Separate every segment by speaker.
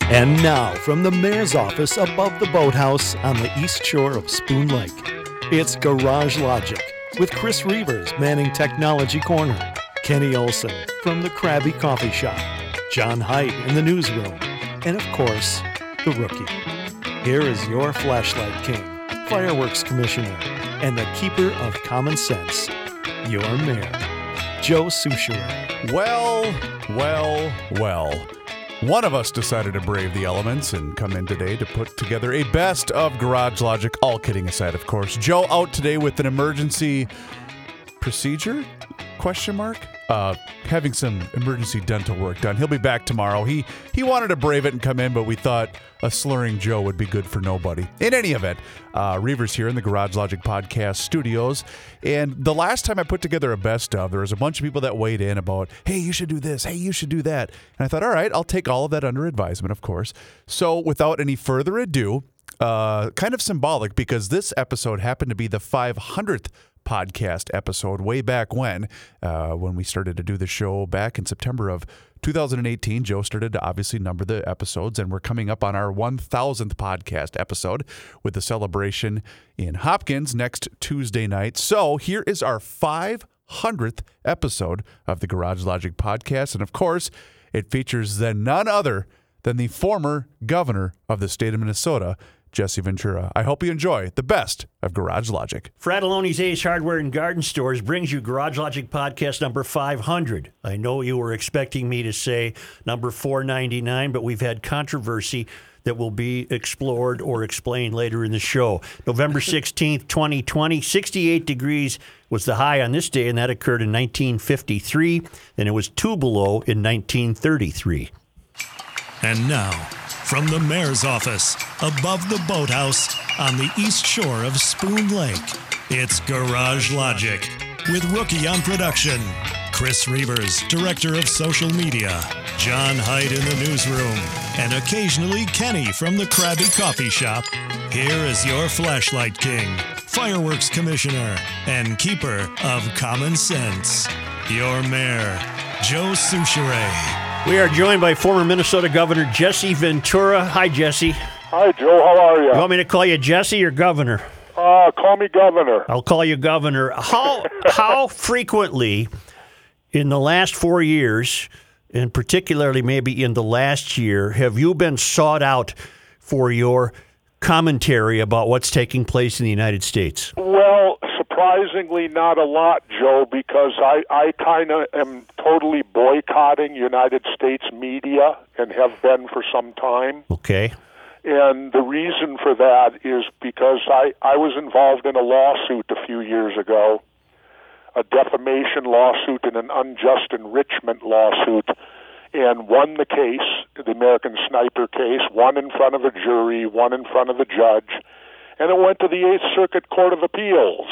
Speaker 1: And now, from the mayor's office above the boathouse on the east shore of Spoon Lake, it's Garage Logic with Chris Reavers manning Technology Corner, Kenny Olson from the Krabby Coffee Shop, John Height in the newsroom, and of course, the rookie. Here is your flashlight king, fireworks commissioner, and the keeper of common sense, your mayor, Joe Sushiro.
Speaker 2: Well, well, well. One of us decided to brave the elements and come in today to put together a best of Garage Logic, all kidding aside, of course. Joe out today with an emergency procedure? Question mark? Uh, having some emergency dental work done. He'll be back tomorrow. He he wanted to brave it and come in, but we thought a slurring Joe would be good for nobody. In any event, uh, Reavers here in the Garage Logic Podcast studios. And the last time I put together a best of, there was a bunch of people that weighed in about, hey, you should do this, hey, you should do that. And I thought, all right, I'll take all of that under advisement, of course. So without any further ado, uh, kind of symbolic because this episode happened to be the 500th podcast episode way back when, uh, when we started to do the show back in September of 2018. Joe started to obviously number the episodes, and we're coming up on our 1000th podcast episode with the celebration in Hopkins next Tuesday night. So here is our 500th episode of the Garage Logic podcast. And of course, it features then none other than the former governor of the state of Minnesota, Jesse Ventura. I hope you enjoy the best of Garage Logic.
Speaker 3: Fratelloni's Ace Hardware and Garden Stores brings you Garage Logic Podcast number 500. I know you were expecting me to say number 499, but we've had controversy that will be explored or explained later in the show. November 16th, 2020, 68 degrees was the high on this day, and that occurred in 1953, and it was two below in 1933.
Speaker 1: And now, from the mayor's office above the boathouse on the east shore of Spoon Lake. It's Garage Logic with Rookie on production, Chris Reavers, director of social media, John Hyde in the newsroom, and occasionally Kenny from the Krabby Coffee Shop. Here is your flashlight king, fireworks commissioner, and keeper of common sense, your mayor, Joe Souchere.
Speaker 3: We are joined by former Minnesota Governor Jesse Ventura. Hi, Jesse.
Speaker 4: Hi, Joe. How are you?
Speaker 3: You want me to call you Jesse or Governor?
Speaker 4: Uh, call me Governor.
Speaker 3: I'll call you Governor. How how frequently in the last four years, and particularly maybe in the last year, have you been sought out for your commentary about what's taking place in the United States?
Speaker 4: Well, surprisingly not a lot, Joe, because I, I kind of am totally boycotting United States media and have been for some time.
Speaker 3: Okay.
Speaker 4: And the reason for that is because I, I was involved in a lawsuit a few years ago, a defamation lawsuit and an unjust enrichment lawsuit, and won the case, the American Sniper case, one in front of a jury, one in front of a judge. And it went to the Eighth Circuit Court of Appeals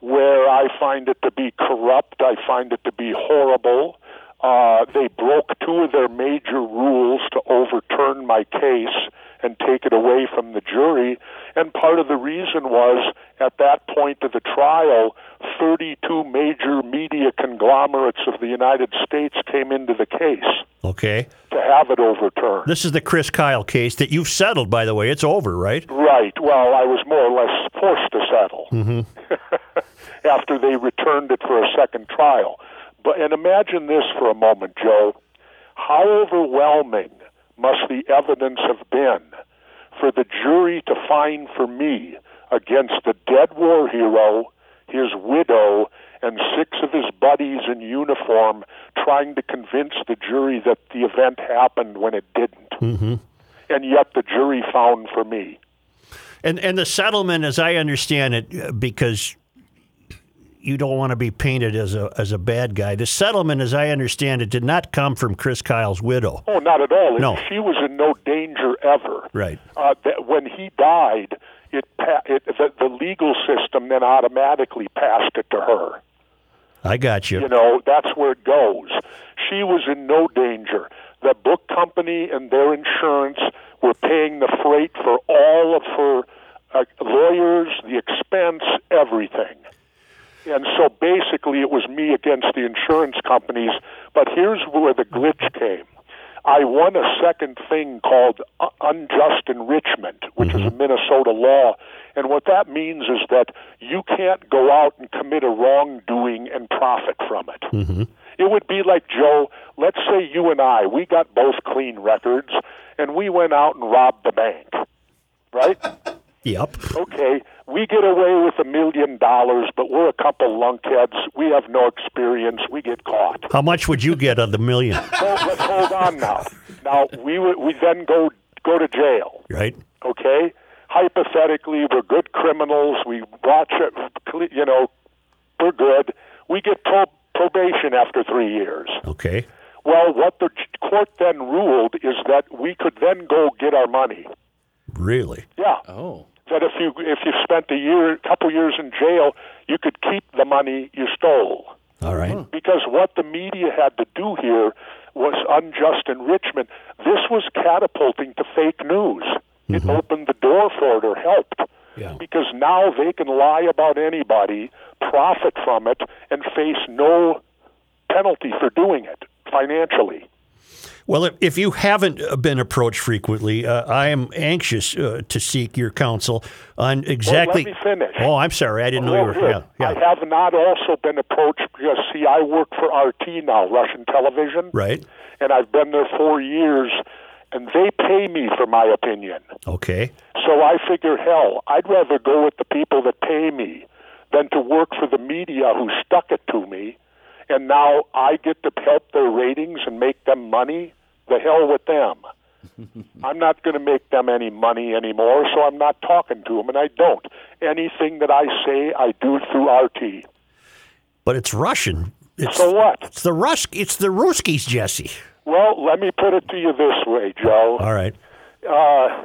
Speaker 4: where I find it to be corrupt. I find it to be horrible. Uh, they broke two of their major rules to overturn my case and take it away from the jury. And part of the reason was at that point of the trial, 32 major media conglomerates of the United States came into the case.
Speaker 3: Okay.
Speaker 4: To have it overturned.
Speaker 3: This is the Chris Kyle case that you've settled, by the way. It's over, right?
Speaker 4: Right. Well, I was more or less forced to settle mm-hmm. after they returned it for a second trial. But and imagine this for a moment, Joe. How overwhelming must the evidence have been for the jury to find for me against a dead war hero, his widow, and six of his buddies in uniform trying to convince the jury that the event happened when it didn't.
Speaker 3: Mm-hmm.
Speaker 4: And yet the jury found for me.
Speaker 3: And and the settlement, as I understand it, because you don't want to be painted as a as a bad guy. The settlement, as I understand it, did not come from Chris Kyle's widow.
Speaker 4: Oh, not at all.
Speaker 3: No.
Speaker 4: She was in no danger ever.
Speaker 3: Right.
Speaker 4: Uh, that when he died, it, pa- it the, the legal system then automatically passed it to her.
Speaker 3: I got you.
Speaker 4: You know, that's where it goes. She was in no danger. The book company and their insurance were paying the freight for all of her uh, lawyers, the expense, everything. And so basically, it was me against the insurance companies. But here's where the glitch came. I won a second thing called uh, unjust enrichment, which is a Minnesota law. And what that means is that you can't go out and commit a wrongdoing and profit from it. It would be like, Joe, let's say you and I, we got both clean records, and we went out and robbed the bank, right?
Speaker 3: Yep.
Speaker 4: okay, we get away with a million dollars, but we're a couple lunkheads. We have no experience. We get caught.
Speaker 3: How much would you get of the million?
Speaker 4: Well, let's hold on now. Now we would- we then go go to jail.
Speaker 3: Right.
Speaker 4: Okay, hypothetically, we're good criminals. We watch it. cle- You know, we're good. We get pro- probation after three years.
Speaker 3: Okay.
Speaker 4: Well, what the j- court then ruled is that we could then go get our money.
Speaker 3: Really.
Speaker 4: Yeah.
Speaker 5: Oh.
Speaker 4: that if you if you spent a year, a couple years in jail, you could keep the money you stole.
Speaker 3: All right.
Speaker 4: Because what the media had to do here was unjust enrichment. This was catapulting to fake news. It opened the door for it or helped.
Speaker 3: Yeah.
Speaker 4: Because now they can lie about anybody, profit from it, and face no penalty for doing it financially.
Speaker 3: Well, if, if you haven't uh, been approached frequently, uh, I am anxious uh, to seek your counsel on exactly.
Speaker 4: me finish.
Speaker 3: Oh, I'm sorry. I didn't know
Speaker 4: Well,
Speaker 3: you were. Yeah,
Speaker 4: good.
Speaker 3: yeah.
Speaker 4: I have not also been approached because, see, I work for RT now, Russian television.
Speaker 3: Right.
Speaker 4: and I've been there four years, and they pay me for my opinion.
Speaker 3: Okay.
Speaker 4: So I figure, hell, I'd rather go with the people that pay me than to work for the media who stuck it to me, and now I get to help their ratings and make them money. The hell with them. I'm not going to make them any money anymore, so I'm not talking to them, and I don't. Anything that I say, I do through RT.
Speaker 3: But it's Russian. It's,
Speaker 4: So what?
Speaker 3: it's the Rus- It's the Ruskies, Jesse.
Speaker 4: Well, let me put it to you this way, Joe.
Speaker 3: All right.
Speaker 4: uh,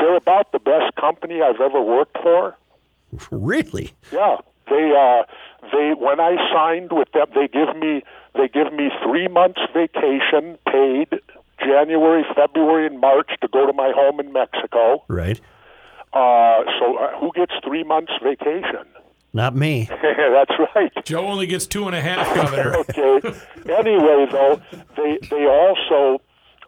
Speaker 4: they're about the best company I've ever worked for.
Speaker 3: Really?
Speaker 4: Yeah, they uh, they when I signed with them, they give me they give me three months vacation paid, January, February, and March to go to my home in Mexico.
Speaker 3: Right.
Speaker 4: Uh, so uh, who gets three months vacation?
Speaker 3: Not me.
Speaker 4: That's right.
Speaker 5: Joe only gets two and a half, Governor.
Speaker 4: okay. Anyway, though, they they also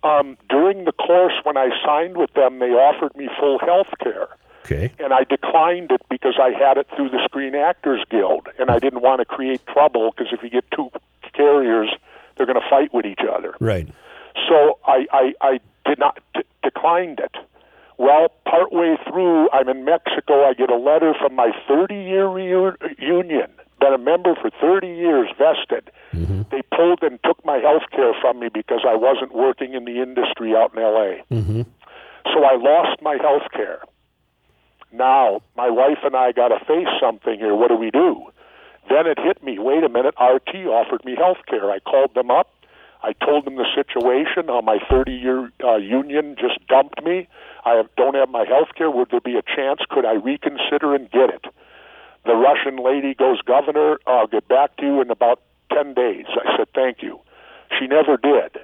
Speaker 4: um, during the course when I signed with them, they offered me full health care.
Speaker 3: Okay.
Speaker 4: and I declined it because I had it through the Screen Actors Guild, and I didn't want to create trouble because if you get two carriers, they're going to fight with each other.
Speaker 3: Right.
Speaker 4: So I, I, I did not d- declined it. Well, partway through, I'm in Mexico. I get a letter from my 30-year reu- union, been a member for 30 years, vested. They pulled and took my health care from me because I wasn't working in the industry out in L.A. So I lost my health care. Now, my wife and I got to face something here. What do we do? Then it hit me. Wait a minute. RT offered me health care. I called them up. I told them the situation, how my 30 year uh, union just dumped me. I have, don't have my health care. Would there be a chance? Could I reconsider and get it? The Russian lady goes, Governor, I'll get back to you in about 10 days. I said, Thank you. She never did.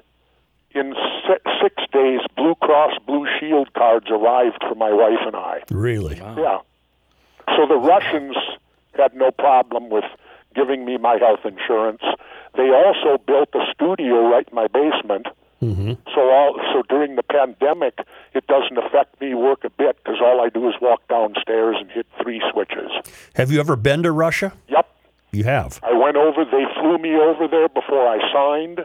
Speaker 4: In si- six days, Blue Cross Blue Shield cards arrived for my wife and I.
Speaker 3: Really?
Speaker 4: Yeah. So the Russians had no problem with giving me my health insurance. They also built a studio right in my basement. Mm-hmm. So all so during the pandemic, it doesn't affect me work a bit because all I do is walk downstairs and hit three switches.
Speaker 3: Have you ever been to Russia?
Speaker 4: Yep.
Speaker 3: You have.
Speaker 4: I went over. They flew me over there before I signed.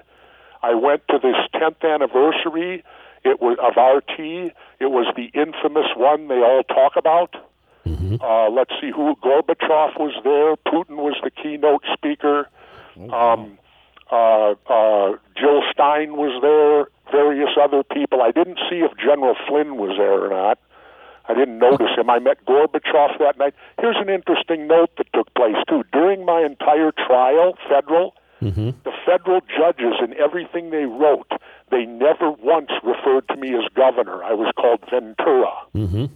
Speaker 4: I went to this 10th anniversary. It was of RT. It was the infamous one they all talk about. Uh, let's see who Gorbachev was there. Putin was the keynote speaker. Um, uh, uh, Jill Stein was there. Various other people. I didn't see if General Flynn was there or not. I didn't notice him. I met Gorbachev that night. Here's an interesting note that took place, too. During my entire trial, federal, the federal judges in everything they wrote, they never once referred to me as governor. I was called Ventura.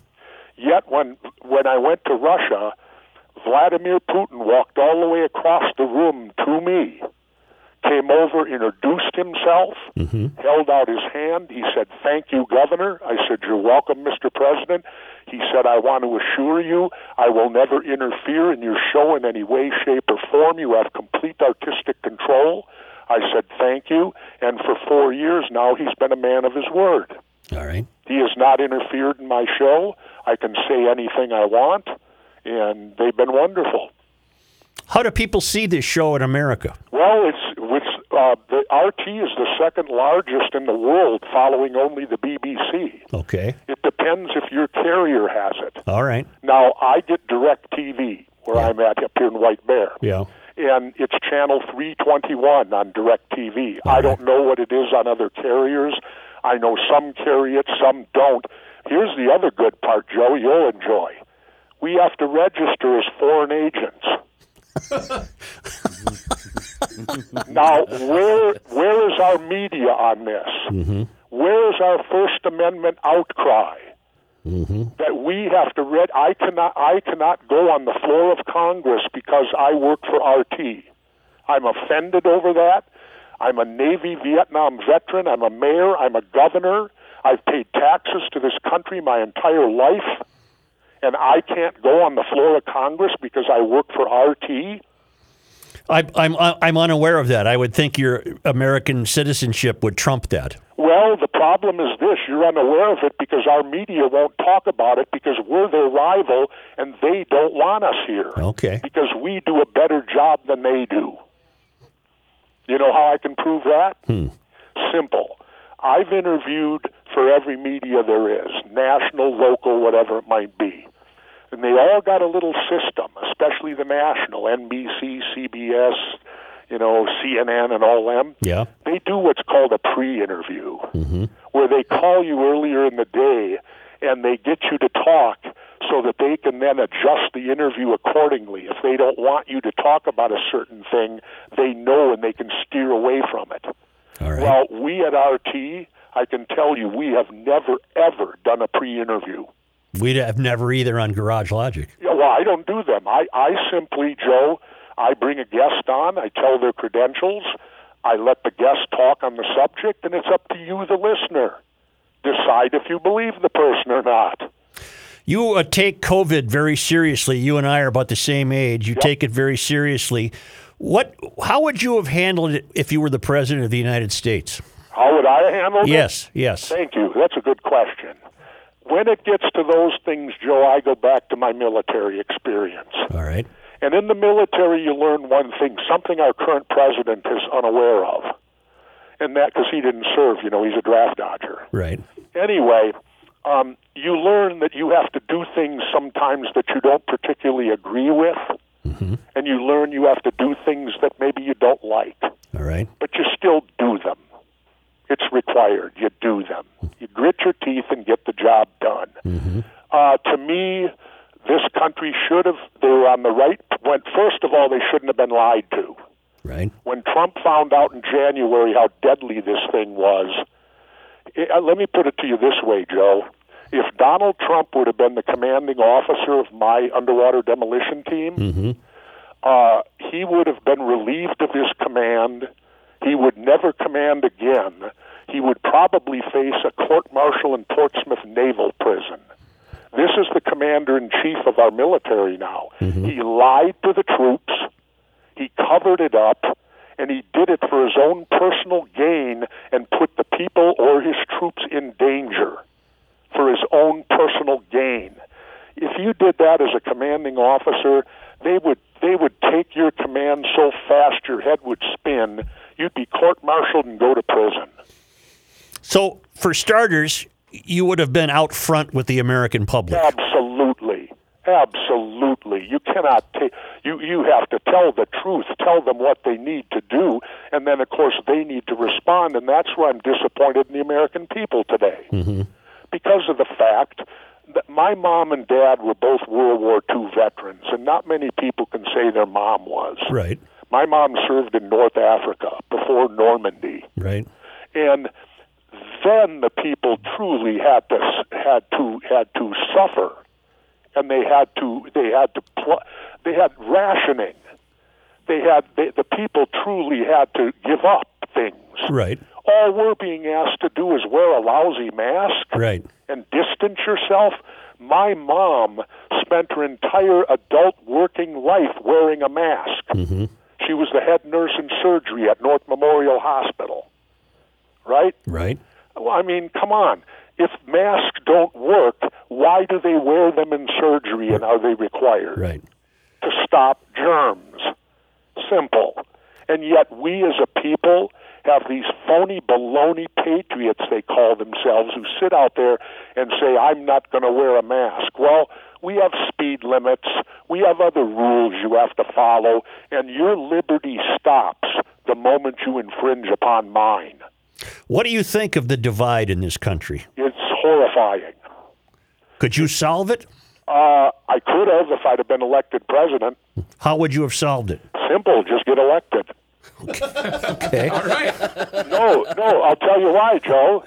Speaker 4: Yet when when I went to Russia, Vladimir Putin walked all the way across the room to me, came over, introduced himself, held out his hand. He said, "Thank you, Governor." I said, "You're welcome, Mr. President." He said, "I want to assure you, I will never interfere in your show in any way, shape, or form. You have complete artistic control." I said, "Thank you." And for four years now, he's been a man of his word.
Speaker 3: All right.
Speaker 4: He has not interfered in my show. I can say anything I want, and they've been wonderful.
Speaker 3: How do people see this show in America?
Speaker 4: Well, it's which uh, the RT is the second largest in the world, following only the BBC.
Speaker 3: Okay.
Speaker 4: It depends if your carrier has it.
Speaker 3: All right.
Speaker 4: Now I get Direct TV where I'm at up here in White Bear.
Speaker 3: Yeah.
Speaker 4: And it's channel 321 on Direct TV. I don't know what it is on other carriers. I know some carry it, some don't. Here's the other good part, Joe, you'll enjoy. We have to register as foreign agents. now, where where is our media on this? Where is our First Amendment outcry that we have to read? I cannot I cannot go on the floor of Congress because I work for RT. I'm offended over that. I'm a Navy Vietnam veteran. I'm a mayor. I'm a governor. I've paid taxes to this country my entire life, and I can't go on the floor of Congress because I work for RT.
Speaker 3: I, I'm I'm unaware of that. I would think your American citizenship would trump that.
Speaker 4: Well, the problem is this you're unaware of it because our media won't talk about it because we're their rival and they don't want us here.
Speaker 3: Okay.
Speaker 4: Because we do a better job than they do. You know how I can prove that? Simple. I've interviewed for every media there is national, local, whatever it might be. And they all got a little system, especially the national, NBC, CBS, you know, CNN, and all them
Speaker 3: Yeah.
Speaker 4: they do what's called a pre-interview, where they call you earlier in the day and they get you to talk so that they can then adjust the interview accordingly. If they don't want you to talk about a certain thing, they know and they can steer away from it.
Speaker 3: All right.
Speaker 4: Well, we at RT, I can tell you, we have never ever done a pre-interview.
Speaker 3: We'd have never either on Garage Logic.
Speaker 4: Yeah, well, I don't do them. I, I simply, Joe, I bring a guest on, I tell their credentials, I let the guest talk on the subject, and it's up to you, the listener. Decide if you believe the person or not.
Speaker 3: You uh, take COVID very seriously. You and I are about the same age. You take it very seriously. What? How would you have handled it if you were the president of the United States?
Speaker 4: How would I handle it?
Speaker 3: Yes. Yes.
Speaker 4: Thank you. That's a good question. When it gets to those things, Joe, I go back to my military experience.
Speaker 3: All right.
Speaker 4: And in the military, you learn one thing, something our current president is unaware of. And that, because he didn't serve, you know, he's a draft dodger.
Speaker 3: Right.
Speaker 4: anyway, um, you learn that you have to do things sometimes that you don't particularly agree with, and you learn you have to do things that maybe you don't like,
Speaker 3: All right.
Speaker 4: but you still do them. It's required. You do them. You grit your teeth and get the job done. Uh, to me, this country should have, they were on the right, when, first of all, they shouldn't have been lied to
Speaker 3: Right.
Speaker 4: when Trump found out in January how deadly this thing was, it, uh, let me put it to you this way, Joe. If Donald Trump would have been the commanding officer of my underwater demolition team, uh, he would have been relieved of his command. He would never command again. He would probably face a court martial in Portsmouth Naval Prison. This is the commander in chief of our military now. He lied to the troops. He covered it up, and he did it for his own personal gain and put the people or his troops in danger for his own personal gain. If you did that as a commanding officer, they would they would take your command so fast your head would spin. You'd be court-martialed and go to prison.
Speaker 3: So, for starters, you would have been out front with the American public.
Speaker 4: Absolutely. Absolutely. You cannot take you you have to tell the truth, tell them what they need to do, and then of course they need to respond and that's where I'm disappointed in the American people today. Because of the fact that my my mom and dad were both World War II veterans, and not many people can say their mom was.
Speaker 3: Right.
Speaker 4: My mom served in North Africa before Normandy,
Speaker 3: Right.
Speaker 4: and then the people truly had to had to had to suffer, and they had to they had to pl- they had rationing. They had they, the people truly had to give up things.
Speaker 3: Right.
Speaker 4: All we're being asked to do is wear a lousy mask
Speaker 3: Right.
Speaker 4: and distance yourself. My mom spent her entire adult working life wearing a mask. She was the head nurse in surgery at North Memorial Hospital. Right?
Speaker 3: Right.
Speaker 4: Well, I mean, come on. If masks don't work, why do they wear them in surgery and are they required?
Speaker 3: Right.
Speaker 4: to stop germs. Simple. And yet, we as a people have these phony baloney patriots, they call themselves, who sit out there and say, I'm not going to wear a mask. Well, we have speed limits, we have other rules you have to follow, and your liberty stops the moment you infringe upon mine.
Speaker 3: What do you think of the divide in this country?
Speaker 4: It's horrifying.
Speaker 3: Could you solve it?
Speaker 4: Uh, I could have if I'd have been elected president.
Speaker 3: How would you have solved it?
Speaker 4: Simple, just get elected.
Speaker 3: Okay.
Speaker 5: All right.
Speaker 4: No, no, I'll tell you why, Joe.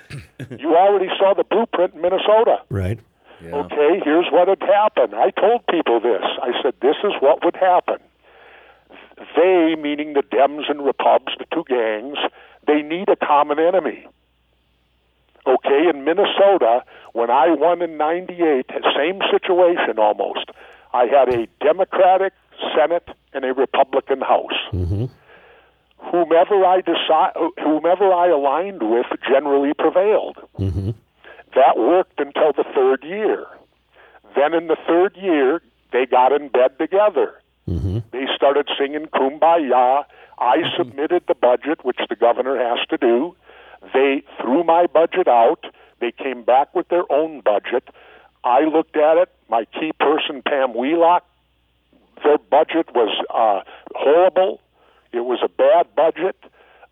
Speaker 4: You already saw the blueprint in Minnesota.
Speaker 3: Right.
Speaker 4: Okay, here's what had happened. I told people this. I said, this is what would happen. They, meaning the Dems and Repubs, the two gangs, they need a common enemy. Okay, in Minnesota, when I won in 98, same situation almost. I had a Democratic Senate and a Republican House whomever I decide, whomever I aligned with generally prevailed. That worked until the third year. Then in the third year, they got in bed together. They started singing "Kumbaya." I submitted the budget, which the governor has to do. They threw my budget out. They came back with their own budget. I looked at it. My key person, Pam Wheelock, their budget was uh, horrible. It was a bad budget.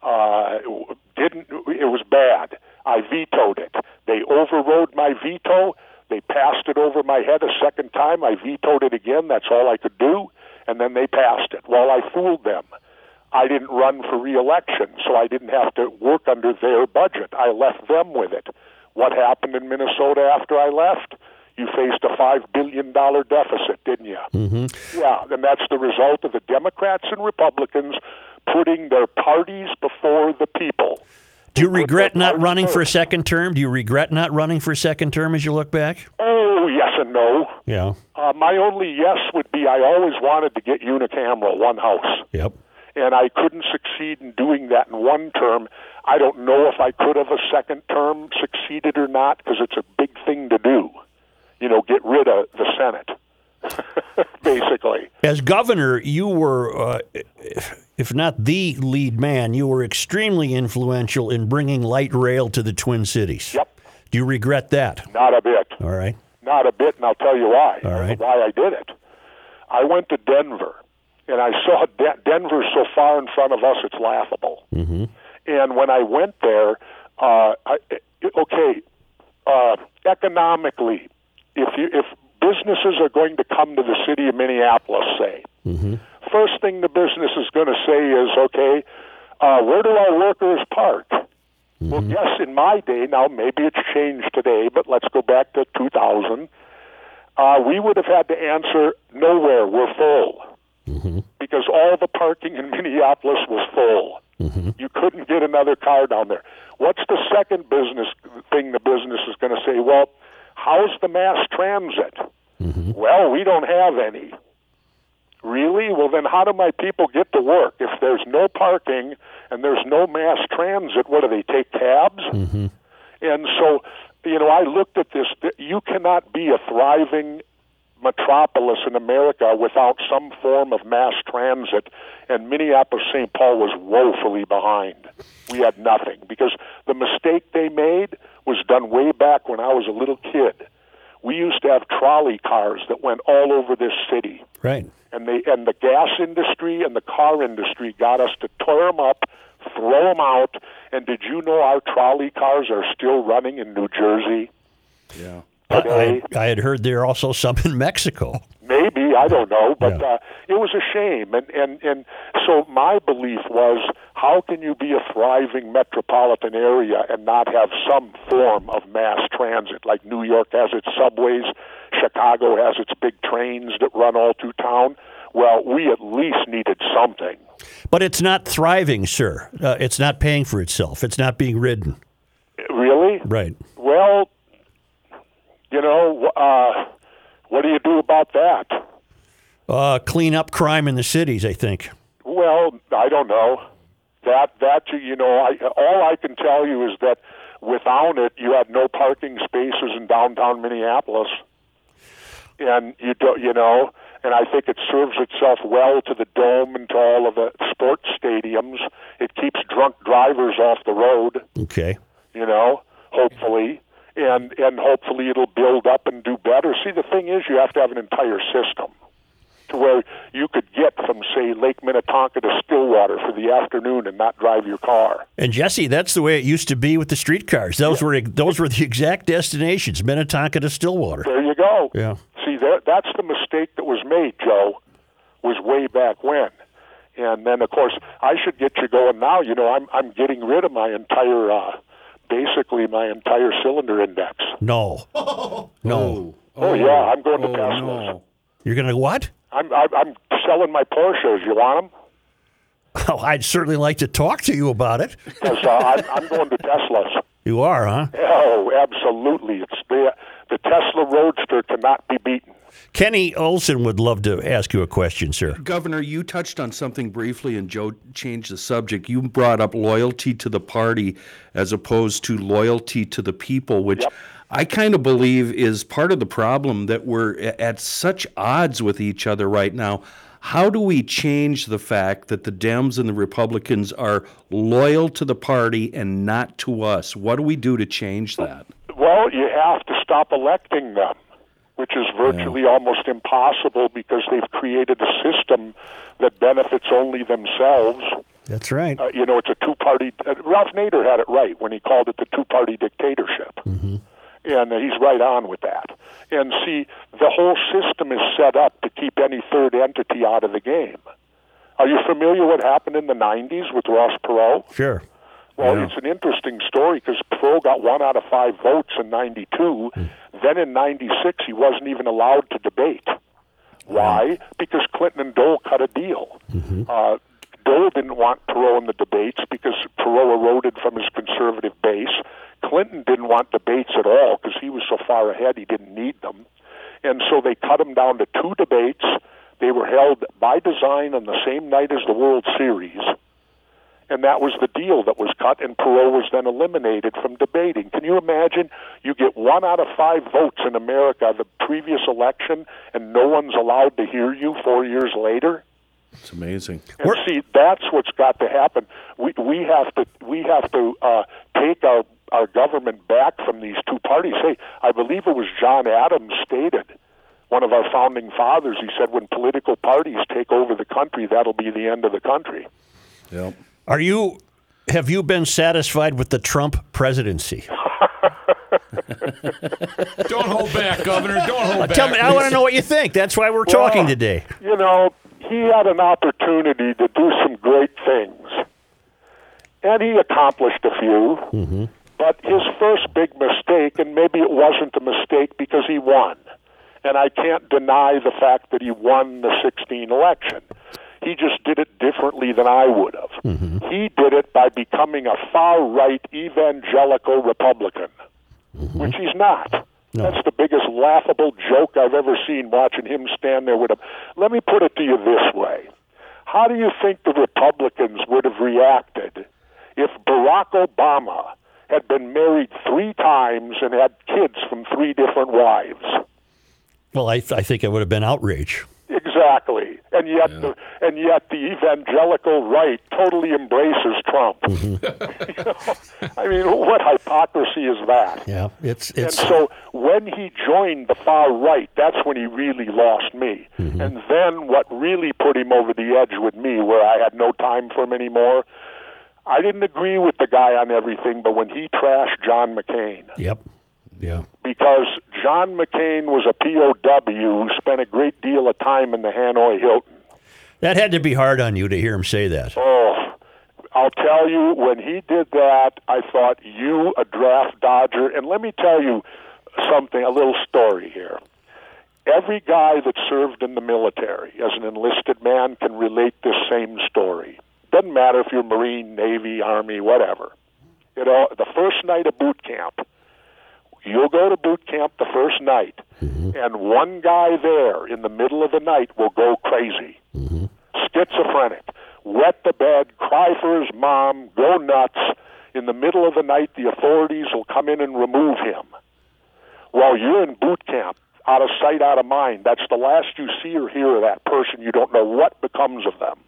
Speaker 4: Uh, it didn't it was bad. I vetoed it. They overrode my veto. They passed it over my head a second time. I vetoed it again. That's all I could do. And then they passed it. Well, I fooled them. I didn't run for reelection, so I didn't have to work under their budget. I left them with it. What happened in Minnesota after I left? You faced a $5 billion deficit, didn't you? Yeah, and that's the result of the Democrats and Republicans putting their parties before the people.
Speaker 3: Do you regret not running for a second term? Do you regret not running for a second term as you look back?
Speaker 4: Oh, yes and no.
Speaker 3: Yeah.
Speaker 4: Uh, my only yes would be I always wanted to get unicameral, one house,
Speaker 3: Yep.
Speaker 4: and I couldn't succeed in doing that in one term. I don't know if I could have a second term succeeded or not because it's a big thing to do. You know, get rid of the Senate, basically.
Speaker 3: As governor, you were, uh, if not the lead man, you were extremely influential in bringing light rail to the Twin Cities.
Speaker 4: Yep.
Speaker 3: Do you regret that?
Speaker 4: Not a bit.
Speaker 3: All right.
Speaker 4: Not a bit, and I'll tell you why.
Speaker 3: All right.
Speaker 4: Why I did it. I went to Denver, and I saw De- Denver so far in front of us, it's laughable. Mm-hmm. And when I went there, uh, I, okay, uh, economically, if you if businesses are going to come to the city of Minneapolis, say,
Speaker 3: Mm-hmm.
Speaker 4: first thing the business is going to say is, okay, uh, where do our workers park? Well, yes, in my day, now maybe it's changed today, but let's go back to 2000. Uh, we would have had to answer nowhere, we're full. Because all the parking in Minneapolis was full. You couldn't get another car down there. What's the second business thing the business is going to say? Well, how's the mass transit? Well, we don't have any. Really? Well, then how do my people get to work? If there's no parking and there's no mass transit, what do they take cabs? Mm-hmm. And so, you know, I looked at this. th- You cannot be a thriving metropolis in America without some form of mass transit. And Minneapolis St. Paul was woefully behind. We had nothing because the mistake they made was done way back when I was a little kid. We used to have trolley cars that went all over this city
Speaker 3: Right.
Speaker 4: and the and the gas industry and the car industry got us to tear 'em up, throw 'em out. And did you know our trolley cars are still running in New Jersey?
Speaker 3: I,
Speaker 4: today.
Speaker 3: I had heard there are also some in Mexico.
Speaker 4: Maybe I don't know, but
Speaker 3: Yeah.
Speaker 4: uh, it was a shame. And and and so my belief was, how can you be a thriving metropolitan area and not have some form of mass transit? Like New York has its subways, Chicago has its big trains that run all through town. Well, we at least needed something.
Speaker 3: But it's not thriving, sir. Uh, it's not paying for itself. It's not being ridden.
Speaker 4: Really?
Speaker 3: Right.
Speaker 4: Well, you know, uh, what do you do about that?
Speaker 3: Uh, clean up crime in the cities, I think.
Speaker 4: Well, I don't know. That that you know, I, all I can tell you is that without it, you had no parking spaces in downtown Minneapolis, and you don't, you know. And I think it serves itself well to the dome and to all of the sports stadiums. It keeps drunk drivers off the road
Speaker 3: Okay.
Speaker 4: you know, hopefully, and and hopefully it'll build up and do better. See, the thing is, you have to have an entire system to where you could get from say Lake Minnetonka to Stillwater for the afternoon and not drive your car.
Speaker 3: And Jesse, that's the way it used to be with the streetcars. Those were those were the exact destinations: Minnetonka to Stillwater.
Speaker 4: There you go.
Speaker 3: Yeah.
Speaker 4: See, that that's the mistake that was made, Joe, was way back when. And then, of course, I should get you going now. You know, I'm I'm getting rid of my entire, uh, basically my entire cylinder index.
Speaker 3: No, no.
Speaker 4: Oh, yeah, I'm going to Teslas.
Speaker 3: You're gonna what?
Speaker 4: I'm I'm I'm selling my Porsches. You want them?
Speaker 3: Oh, I'd certainly like to talk to you about it.
Speaker 4: Because uh, I'm, I'm going to Teslas.
Speaker 3: You are, huh?
Speaker 4: Oh, absolutely! It's the the Tesla Roadster cannot be beaten.
Speaker 3: Kenny Olson would love to ask you a question, sir.
Speaker 6: Governor, you touched on something briefly, and Joe changed the subject. You brought up loyalty to the party as opposed to loyalty to the people, which I kind of believe is part of the problem that we're a- at such odds with each other right now. How do we change the fact that the Dems and the Republicans are loyal to the party and not to us? What do we do to change that?
Speaker 4: Well, you have to stop electing them, which is virtually almost impossible because they've created a system that benefits only themselves.
Speaker 3: That's right.
Speaker 4: Uh, you know, it's a two-party. Uh, Ralph Nader had it right when he called it the two-party dictatorship, and uh, he's right on with that. And see, the whole system is set up to keep any third entity out of the game. Are you familiar what happened in the '90s with Ross Perot?
Speaker 3: Sure.
Speaker 4: Well, it's an interesting story because Perot got one out of five votes in '92. Then in '96, he wasn't even allowed to debate. Why? Because Clinton and Dole cut a deal. Uh, Dole didn't want Perot in the debates because Perot eroded from his conservative base. Clinton didn't want debates at all because he was so far ahead he didn't need them. And so they cut him down to two debates. They were held by design on the same night as the World Series. And that was the deal that was cut, and Perot was then eliminated from debating. Can you imagine? You get one out of five votes in America the previous election, and no one's allowed to hear you four years later.
Speaker 6: It's amazing.
Speaker 4: And see, that's what's got to happen. We we have to we have to uh, take our our government back from these two parties. Hey, I believe it was John Adams stated, one of our founding fathers. He said, "When political parties take over the country, that'll be the end of the country."
Speaker 6: Yep.
Speaker 3: Are you? Have you been satisfied with the Trump presidency?
Speaker 5: Don't hold back, Governor. Don't hold back.
Speaker 3: Uh, Tell me. I want to know what you think. That's why we're talking today.
Speaker 4: you know, he had an opportunity to do some great things. And he accomplished a few. But his first big mistake, and maybe it wasn't a mistake because he won. And I can't deny the fact that he won the 16 election. He just did it differently than I would have. He did it by becoming a far right evangelical Republican, which he's not. That's the biggest laughable joke I've ever seen watching him stand there with him. Let me put it to you this way How do you think the Republicans would have reacted if Barack Obama had been married three times and had kids from three different wives?
Speaker 3: Well, I, th- I think it would have been outrage.
Speaker 4: Exactly, and yet, the, and yet, the evangelical right totally embraces Trump. You know? I mean, what hypocrisy is that?
Speaker 3: Yeah, it's
Speaker 4: And
Speaker 3: it's
Speaker 4: so when he joined the far right, that's when he really lost me. And then what really put him over the edge with me, where I had no time for him anymore, I didn't agree with the guy on everything, but when he trashed John McCain,
Speaker 3: yep, yeah.
Speaker 4: because John McCain was a POW who spent a great deal of time in the Hanoi Hilton.
Speaker 3: That had to be hard on you to hear him say that.
Speaker 4: Oh, I'll tell you, when he did that, I thought, you, a draft dodger. And let me tell you something, a little story here. Every guy that served in the military as an enlisted man can relate this same story. Doesn't matter if you're Marine, Navy, Army, whatever. You know, the first night of boot camp, you'll go to boot camp the first night, and one guy there in the middle of the night will go crazy schizophrenic, wet the bed, cry for his mom, go nuts. In the middle of the night, the authorities will come in and remove him. Well, you're in boot camp, out of sight, out of mind. That's the last you see or hear of that person. You don't know what becomes of them.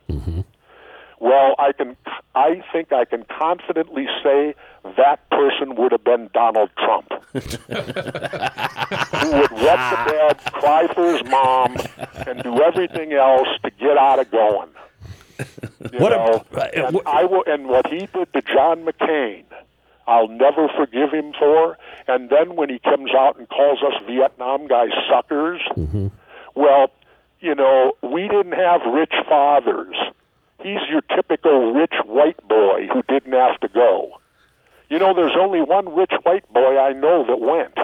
Speaker 4: Well, I can, I think I can confidently say that person would have been Donald Trump, who would wet the bed, cry for his mom, and do everything else to get out of going. You
Speaker 3: What a-
Speaker 4: know,
Speaker 3: uh,
Speaker 4: and
Speaker 3: what-
Speaker 4: I will, and what he did to John McCain, I'll never forgive him for. And then when he comes out and calls us Vietnam guys suckers, well, you know, we didn't have rich fathers. He's your typical rich white boy who didn't have to go. You know, there's only one rich white boy I know that went.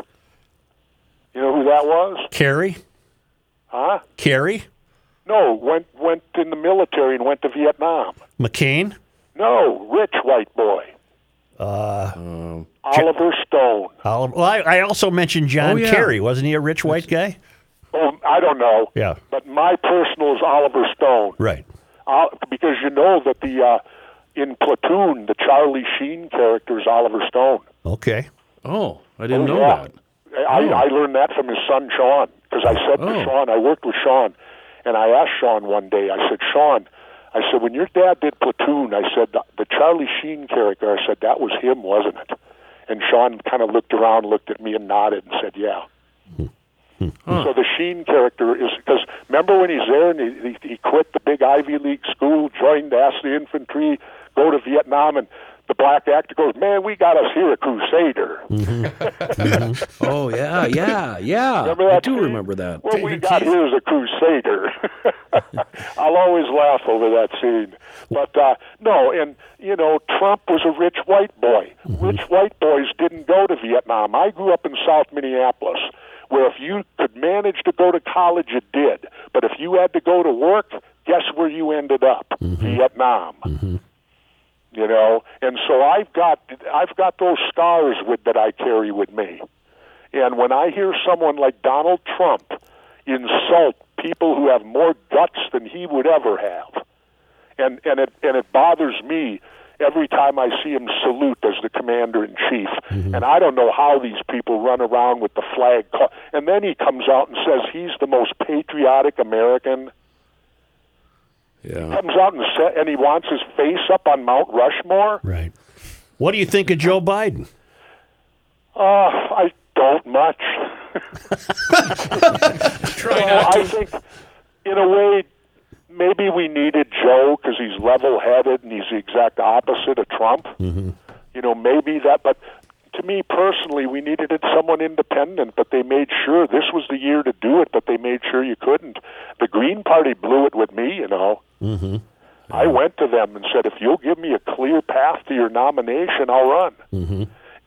Speaker 4: You know who that was?
Speaker 3: Kerry?
Speaker 4: Huh?
Speaker 3: Kerry?
Speaker 4: No, went went in the military and went to Vietnam.
Speaker 3: McCain?
Speaker 4: No, rich white boy. Uh, Oliver Stone.
Speaker 3: Oliver. Well, I, I also mentioned John
Speaker 6: Oh, yeah.
Speaker 3: Kerry. Wasn't he a rich white guy?
Speaker 4: Oh, I don't know.
Speaker 3: Yeah.
Speaker 4: But my personal is Oliver Stone.
Speaker 3: Right.
Speaker 4: Uh, because you know that the uh, in Platoon, the Charlie Sheen character is Oliver Stone.
Speaker 3: Okay.
Speaker 6: Oh, I didn't know
Speaker 4: yeah.
Speaker 6: that.
Speaker 4: I, I learned that from his son Sean because I said to Sean, I worked with Sean, and I asked Sean one day. I said, Sean, I said when your dad did Platoon, I said the, the Charlie Sheen character. I said that was him, wasn't it? And Sean kind of looked around, looked at me, and nodded and said, Yeah. So the Sheen character is because remember when he's there and he, he, he quit the big Ivy League school, joined the Ashley Infantry, go to Vietnam, and the black actor goes, "Man, we got us here a crusader."
Speaker 6: Oh yeah, yeah, yeah.
Speaker 4: Remember that
Speaker 6: I do
Speaker 4: scene?
Speaker 6: remember that.
Speaker 4: What we got here is a crusader. I'll always laugh over that scene. But uh, no, and you know, Trump was a rich white boy.
Speaker 6: Mm-hmm.
Speaker 4: Rich white boys didn't go to Vietnam. I grew up in South Minneapolis, where if you could manage to go to college, you did. But if you had to go to work, guess where you ended up?
Speaker 6: Mm-hmm.
Speaker 4: Vietnam you know and so i've got i've got those scars with that i carry with me and when i hear someone like donald trump insult people who have more guts than he would ever have and and it and it bothers me every time i see him salute as the commander in chief and i don't know how these people run around with the flag co- and then he comes out and says he's the most patriotic american
Speaker 6: Yeah.
Speaker 4: comes out and sa and he wants his face up on mount rushmore
Speaker 3: Right. What do you think of Joe Biden?
Speaker 4: Uh, I don't much. Well, I think, in a way, maybe we needed Joe because he's level-headed and he's the exact opposite of Trump. You know, maybe that. But to me personally, we needed it someone independent. But they made sure this was the year to do it. But they made sure you couldn't. The Green Party blew it with me. You know. I went to them and said, if you'll give me a clear path to your nomination, I'll run.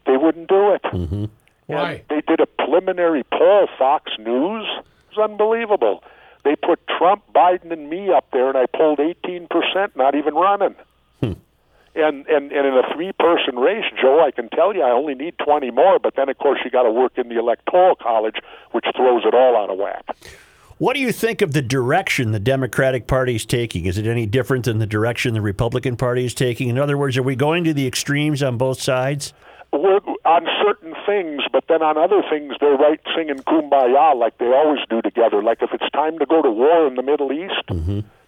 Speaker 4: They wouldn't do it.
Speaker 5: Why?
Speaker 4: They did a preliminary poll, Fox News. It was unbelievable. They put Trump, Biden, and me up there, and I polled 18%, not even running. And, and and in a three person race, Joe, I can tell you, I only need 20 more. But then, of course, you got to work in the electoral college, which throws it all out of whack.
Speaker 3: What do you think of the direction the Democratic Party is taking? Is it any different than the direction the Republican Party is taking? In other words, are we going to the extremes on both sides?
Speaker 4: We're, on certain things, but then on other things, they're right singing "Kumbaya" like they always do together. Like if it's time to go to war in the Middle East,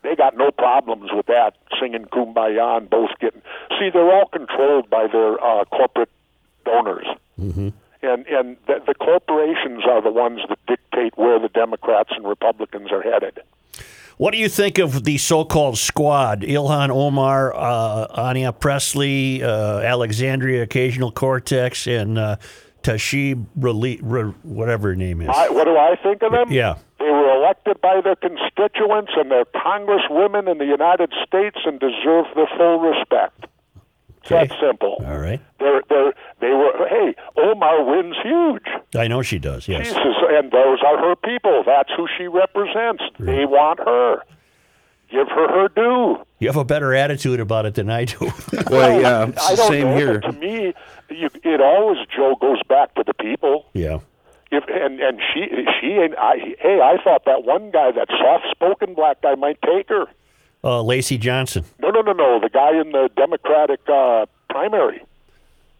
Speaker 4: they got no problems with that singing "Kumbaya" and both getting. See, they're all controlled by their uh, corporate donors, and and the, the corporations are the ones that dictate where the Democrats and Republicans are headed.
Speaker 3: What do you think of the so-called squad? Ilhan Omar, uh, Anya Presley, uh, Alexandria Occasional Cortex, and uh, Tashib, Rali- Ra- whatever her name is.
Speaker 4: I, what do I think of them?
Speaker 3: Yeah.
Speaker 4: They were elected by their constituents and their congresswomen in the United States and deserve their full respect. It's that simple.
Speaker 3: All right.
Speaker 4: They're, they're, they were, hey, Omar wins huge.
Speaker 3: I know she does. Yes.
Speaker 4: Jesus, and those are her people. That's who she represents. They want her. Give her her due.
Speaker 3: You have a better attitude about it than I do.
Speaker 6: Well, yeah, it's
Speaker 4: I
Speaker 6: the
Speaker 4: don't
Speaker 6: same
Speaker 4: know,
Speaker 6: here.
Speaker 4: but To me, you, it always Joe goes back to the people.
Speaker 3: yeah.
Speaker 4: If, and and she she and I hey I thought that one guy that soft spoken black guy might take her.
Speaker 3: Uh, Lacey Johnson.
Speaker 4: No no no no the guy in the Democratic uh, primary.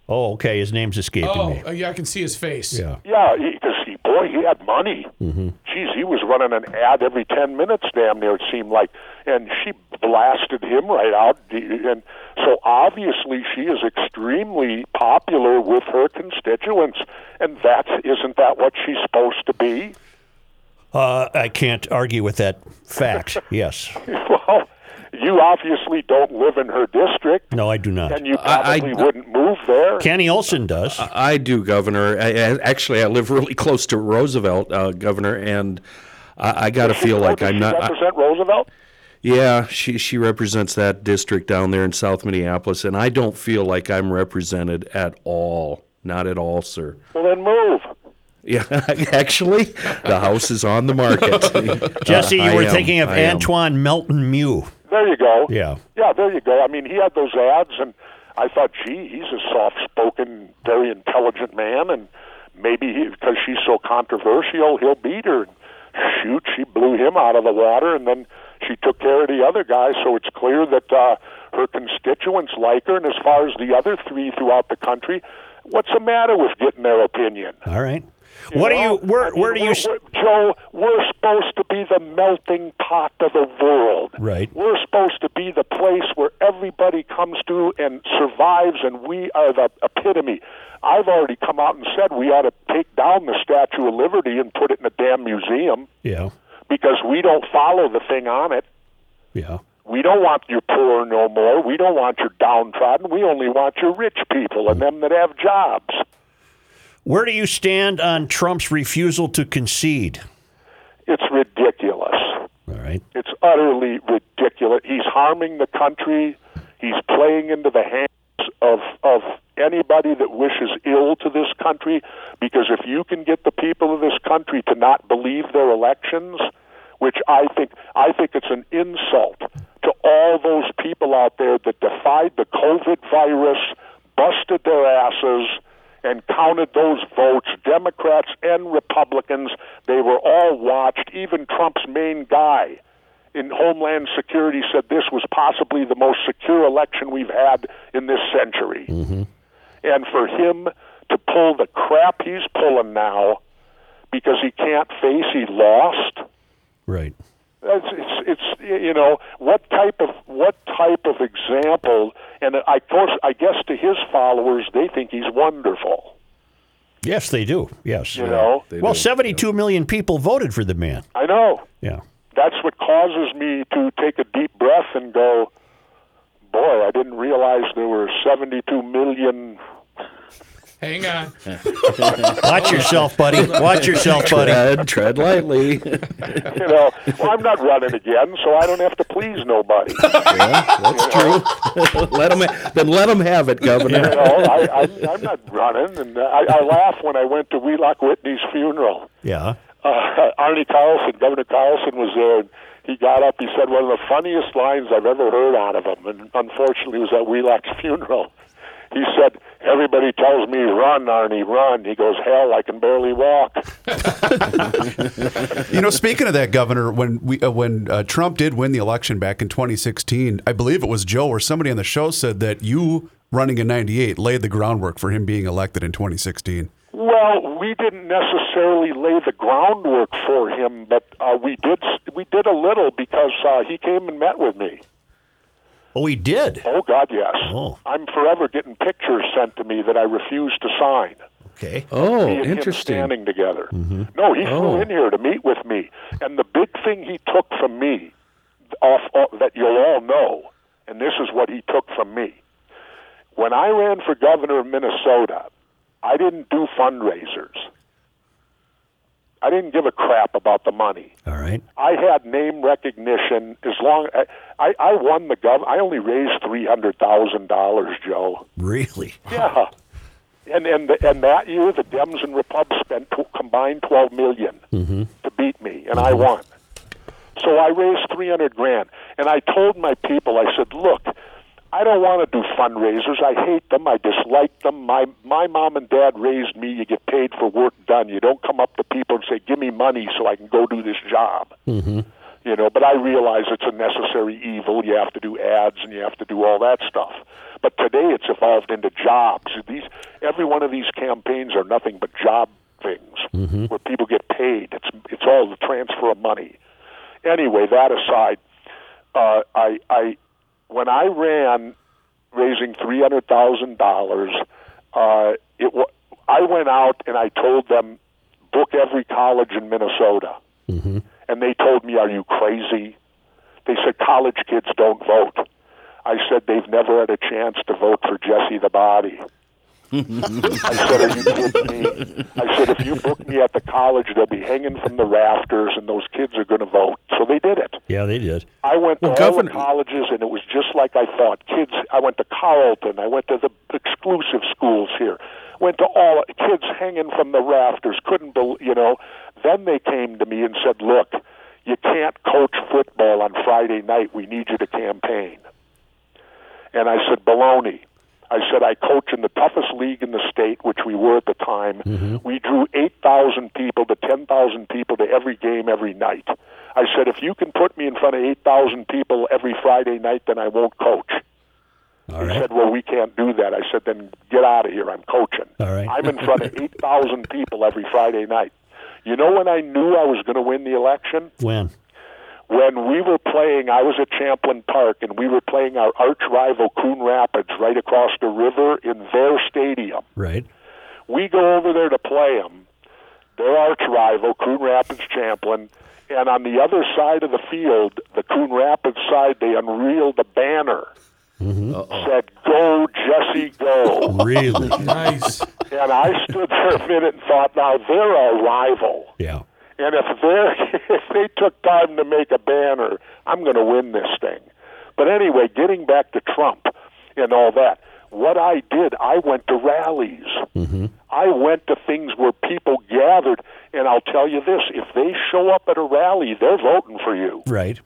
Speaker 3: Oh, okay. His name's escaping me.
Speaker 5: Oh, yeah, I can see his face.
Speaker 3: Yeah.
Speaker 4: Yeah, because he, boy, he had money. mm Geez, he was running an ad every ten minutes, damn near it seemed like, and she blasted him right out. And so obviously, she is extremely popular with her constituents, and that isn't that what she's supposed to be?
Speaker 3: Uh, I can't argue with that fact. Yes.
Speaker 4: well, you obviously don't live in her district,
Speaker 3: No, I do not.
Speaker 4: and you
Speaker 6: I- I-
Speaker 4: probably wouldn't move there.
Speaker 3: Kenny Olson does.
Speaker 6: I do, Governor. I, I, actually, I live really close to Roosevelt, uh, Governor, and I, I got to feel like
Speaker 4: Does
Speaker 6: I'm
Speaker 4: she
Speaker 6: not. I-
Speaker 4: represent Roosevelt.
Speaker 6: yeah, she she represents that district down there in South Minneapolis, and I don't feel like I'm represented at all. Not at all, sir.
Speaker 4: Well, then move.
Speaker 6: Yeah, actually, the house is on the market.
Speaker 3: Jesse, you
Speaker 6: Uh, I
Speaker 3: were
Speaker 6: am,
Speaker 3: thinking of
Speaker 6: I am.
Speaker 3: Antoine Melton Mew.
Speaker 4: There you go.
Speaker 3: Yeah.
Speaker 4: Yeah, there you go. I mean, he had those ads, and I thought, gee, he's a soft-spoken, very intelligent man, and maybe he, because she's so controversial, he'll beat her. And shoot, she blew him out of the water, and then she took care of the other guy. So it's clear that uh, her constituents like her, and as far as the other three throughout the country, what's the matter with getting their opinion?
Speaker 3: All right. What do you?
Speaker 4: know? I
Speaker 3: Where?
Speaker 4: mean,
Speaker 3: Where do you?
Speaker 4: we're-
Speaker 3: s-
Speaker 4: we're- Joe, we're supposed to be the melting pot of the world.
Speaker 3: Right.
Speaker 4: We're supposed to be the place where everybody comes to and survives, and we are the epitome. I've already come out and said we ought to take down the Statue of Liberty and put it in a damn museum
Speaker 3: Yeah.
Speaker 4: because we don't follow the thing on it.
Speaker 3: Yeah.
Speaker 4: We don't want your poor no more. We don't want your downtrodden. We only want your rich people and them that have jobs.
Speaker 3: Where do you stand on Trump's refusal to concede?
Speaker 4: It's ridiculous.
Speaker 3: All right.
Speaker 4: It's utterly ridiculous. He's harming the country. He's playing into the hands of of anybody that wishes ill to this country because if you can get the people of this country to not believe their elections, which I think I think it's an insult to all those people out there that defied the COVID virus, busted their asses, and counted those votes, Democrats and Republicans. They were all watched. Even Trump's main guy in Homeland Security said this was possibly the most secure election we've had in this century. And for him to pull the crap he's pulling now because he can't face he lost.
Speaker 3: Right.
Speaker 4: It's, it's, it's you know what type of what type of example, and I of course I guess to his followers they think he's wonderful.
Speaker 3: Yes, they do. Yes.
Speaker 4: You know,
Speaker 6: They
Speaker 3: Well,
Speaker 6: do.
Speaker 3: seventy-two million people voted for the man.
Speaker 4: I know
Speaker 3: Yeah.
Speaker 4: that's what causes me to take a deep breath and go, boy, I didn't realize there were 72 million.
Speaker 5: Hang on.
Speaker 3: Watch yourself, buddy. Watch yourself, buddy.
Speaker 6: Tread, tread lightly. Yeah,
Speaker 4: You know, well, I'm not running again, so I don't have to please nobody. You
Speaker 6: that's true. let 'em ha- then let them have it, Governor.
Speaker 4: know, I, I, I'm not running, and I, I laugh when I went to Wheelock Whitney's funeral.
Speaker 3: Yeah.
Speaker 4: uh, Arnie Carlson, Governor Carlson was there. And he got up. He said one of the funniest lines I've ever heard out of him, and unfortunately it was at Wheelock's funeral. He said, "Everybody tells me run, Arnie, run." He goes, "Hell, I can barely walk."
Speaker 2: You know, speaking of that, Governor, when we uh, when uh, Trump did win the election back in 2016, I believe it was Joe or somebody on the show said that you running in '98 laid the groundwork for him being elected in 2016.
Speaker 4: Well, we didn't necessarily lay the groundwork for him, but uh, we did. We did a little because uh, he came and met with me.
Speaker 3: Oh, he did.
Speaker 4: Oh God, yes.
Speaker 3: Oh.
Speaker 4: I'm forever getting pictures sent to me that I refuse to sign.
Speaker 3: Okay.
Speaker 6: Oh,
Speaker 4: me and him
Speaker 6: interesting. Mm-hmm. Oh.
Speaker 4: standing together. No, he flew in here to meet with me, and the big thing he took from me, off, off that you'll all know, and this is what he took from me. When I ran for governor of Minnesota, I didn't do fundraisers. I didn't give a crap about the money.
Speaker 3: All right.
Speaker 4: I had name recognition as long I I, I won the gov. I only raised three hundred thousand dollars, Joe.
Speaker 3: Really?
Speaker 4: Yeah, and and the, and that year the Dems and Repubs spent tw combined twelve million to beat me, and I won. So I raised three hundred grand, and I told my people, I said, look. I don't want to do fundraisers. I hate them. I dislike them. My my mom and dad raised me. You get paid for work done. You don't come up to people and say, "Give me money so I can go do this job." you know but i realize it's a necessary evil you have to do ads and you have to do all that stuff but today it's evolved into jobs these every one of these campaigns are nothing but job things where people get paid it's it's all the transfer of money anyway that aside uh i i when i ran raising three hundred thousand dollars uh it wa- i went out and i told them book every college in minnesota and they told me, Are you crazy? They said, College kids don't vote. I said, They've never had a chance to vote for Jesse the Body. I said, Are you kidding me? I said, If you book me at the college, they'll be hanging from the rafters, and those kids are going to vote. So they did it.
Speaker 3: Yeah, they did.
Speaker 4: I went to
Speaker 6: Well,
Speaker 4: all the
Speaker 6: governor-
Speaker 4: colleges, and it was just like I thought. Kids, I went to Carleton. I went to the exclusive schools here. Went to all kids hanging from the rafters. Couldn't, bel you know. Then they came to me and said, "Look, you can't coach football on Friday night. We need you to campaign." And I said, baloney. I said, I coach in the toughest league in the state, which we were at the time.
Speaker 3: Mm-hmm.
Speaker 4: We drew 8,000 people to 10,000 people to every game every night. I said, if you can put me in front of 8,000 people every Friday night, then I won't coach.
Speaker 3: All
Speaker 4: he
Speaker 3: right.
Speaker 4: said, well, we can't do that. I said, then get out of here. I'm coaching.
Speaker 3: All right.
Speaker 4: I'm in front of 8,000 people every Friday night. You know when I knew I was going to win the election?
Speaker 3: When?
Speaker 4: when we were playing, I was at Champlin Park, and we were playing our arch rival Coon Rapids right across the river in their stadium.
Speaker 3: Right.
Speaker 4: We go over there to play them, their arch rival, Coon Rapids Champlin, and on the other side of the field, the Coon Rapids side, they unreeled a banner. Said, go, Jesse, go.
Speaker 3: Really?
Speaker 5: Nice.
Speaker 4: and I stood for a minute and thought, now they're our rival.
Speaker 3: yeah.
Speaker 4: And if they if they took time to make a banner, I'm going to win this thing. But anyway, getting back to Trump and all that, what I did, I went to rallies.
Speaker 3: Mm-hmm.
Speaker 4: I went to things where people gathered, and I'll tell you this: if they show up at a rally, they're voting for you
Speaker 3: Right.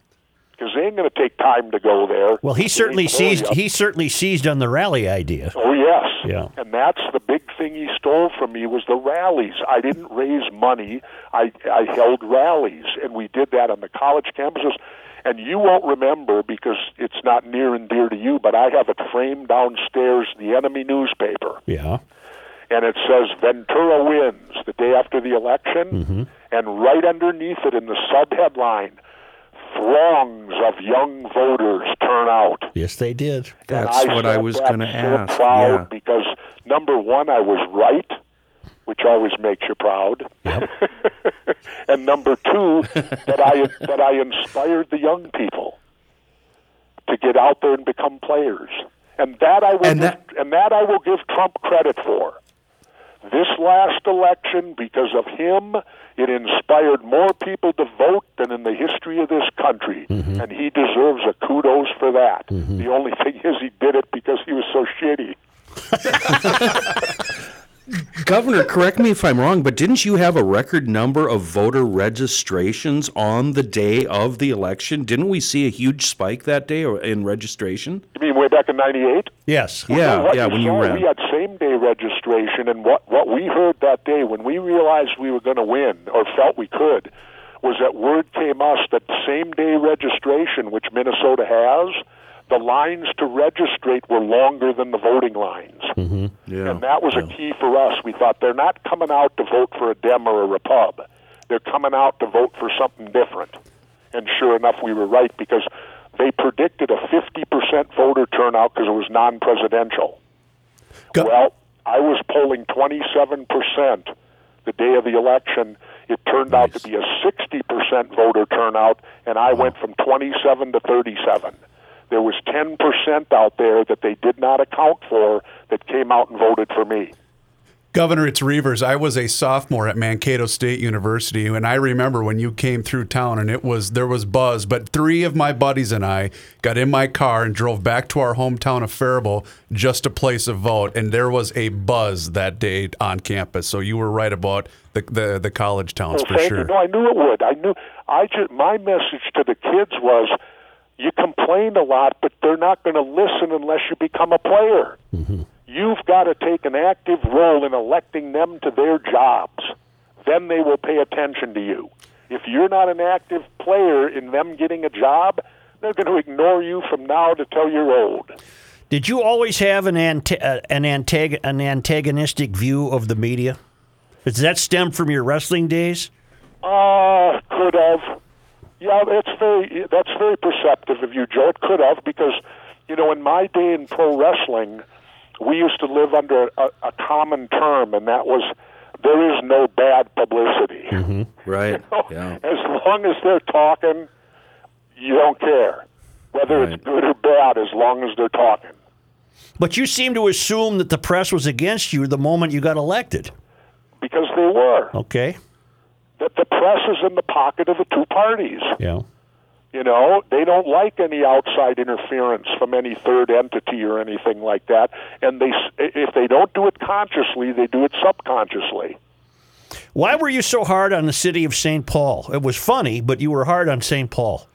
Speaker 4: because they ain't going to take time to go there.
Speaker 3: Well, he
Speaker 4: They
Speaker 3: certainly
Speaker 4: ain't for
Speaker 3: seized.
Speaker 4: you.
Speaker 3: He certainly seized on the rally idea.
Speaker 4: Oh yes.
Speaker 3: Yeah.
Speaker 4: And that's the big thing he stole from me was the rallies. I didn't raise money. I I held rallies and we did that on the college campuses. And you won't remember because it's not near and dear to you, but I have it framed downstairs, the enemy newspaper.
Speaker 3: Yeah.
Speaker 4: And it says Ventura wins the day after the election. And right underneath it in the sub headline, throngs of young voters turn out.
Speaker 3: Yes, they did.
Speaker 6: That's
Speaker 4: And
Speaker 6: what I
Speaker 4: said
Speaker 6: was
Speaker 4: that
Speaker 6: going to
Speaker 4: so
Speaker 6: ask.
Speaker 4: Proud
Speaker 6: Yeah.
Speaker 4: Because number one, I was right, which always makes you proud. and number two, that I that I inspired the young people to get out there and become players. And that I will
Speaker 6: And that-
Speaker 4: give, and that I will give Trump credit for. This last election, because of him, it inspired more people to vote than in the history of this country,
Speaker 6: Mm-hmm.
Speaker 4: and he deserves a kudos for that. The only thing is, he did it because he was so shitty.
Speaker 6: Governor, correct me if I'm wrong, but didn't you have a record number of voter registrations on the day of the election? Didn't we see a huge spike that day or- in registration?
Speaker 4: You mean way back in '98?
Speaker 3: Yes.
Speaker 6: Yeah,
Speaker 4: Well, what
Speaker 6: yeah,
Speaker 4: you
Speaker 6: when you
Speaker 4: saw,
Speaker 6: ran.
Speaker 4: We had same day registration, and what, what we heard that day when we realized we were going to win or felt we could was that word came us that same day registration, which Minnesota has, the lines to registrate were longer than the voting lines.
Speaker 6: Mm-hmm. Yeah.
Speaker 4: And that was a key for us. We thought they're not coming out to vote for a Dem or a Repub. They're coming out to vote for something different. And sure enough, we were right because they predicted a 50% voter turnout because it was non presidential.
Speaker 3: Go-
Speaker 4: Well, I was polling 27% the day of the election. It turned out to be a 60% voter turnout, and I went from 27 to 37. There was 10% out there that they did not account for that came out and voted for me.
Speaker 2: Governor, it's Reavers. I was a sophomore at Mankato State University, and I remember when you came through town, and it was there was buzz. But three of my buddies and I got in my car and drove back to our hometown of Faribault just to place a vote, and there was a buzz that day on campus. So you were right about the the, the college towns
Speaker 4: Well,
Speaker 2: for
Speaker 4: thank
Speaker 2: sure.
Speaker 4: you. No, I knew it would. I knew. I just my message to the kids was, you complain a lot, but they're not going to listen unless you become a player.
Speaker 2: Mm-hmm.
Speaker 4: You've got to take an active role in electing them to their jobs. Then they will pay attention to you. If you're not an active player in them getting a job, they're going to ignore you from now to till you're old.
Speaker 3: Did you always have an anta- uh, an, antag- an antagonistic view of the media? Does that stem from your wrestling days?
Speaker 4: Uh, could have. Yeah, that's very that's very perceptive of you, Joe. It could have because you know in my day in pro wrestling, we used to live under a, a common term, and that was there is no bad publicity.
Speaker 6: Right. Yeah.
Speaker 4: As long as they're talking, you don't care whether it's good or bad. As long as they're talking.
Speaker 3: But you seem to assume that the press was against you the moment you got elected.
Speaker 4: Because they were.
Speaker 3: Okay.
Speaker 4: That the press is in the pocket of the two parties.
Speaker 3: Yeah.
Speaker 4: You know, they don't like any outside interference from any third entity or anything like that. And they, if they don't do it consciously, they do it subconsciously.
Speaker 3: Why were you so hard on the city of St. Paul? It was funny, but you were hard on St. Paul.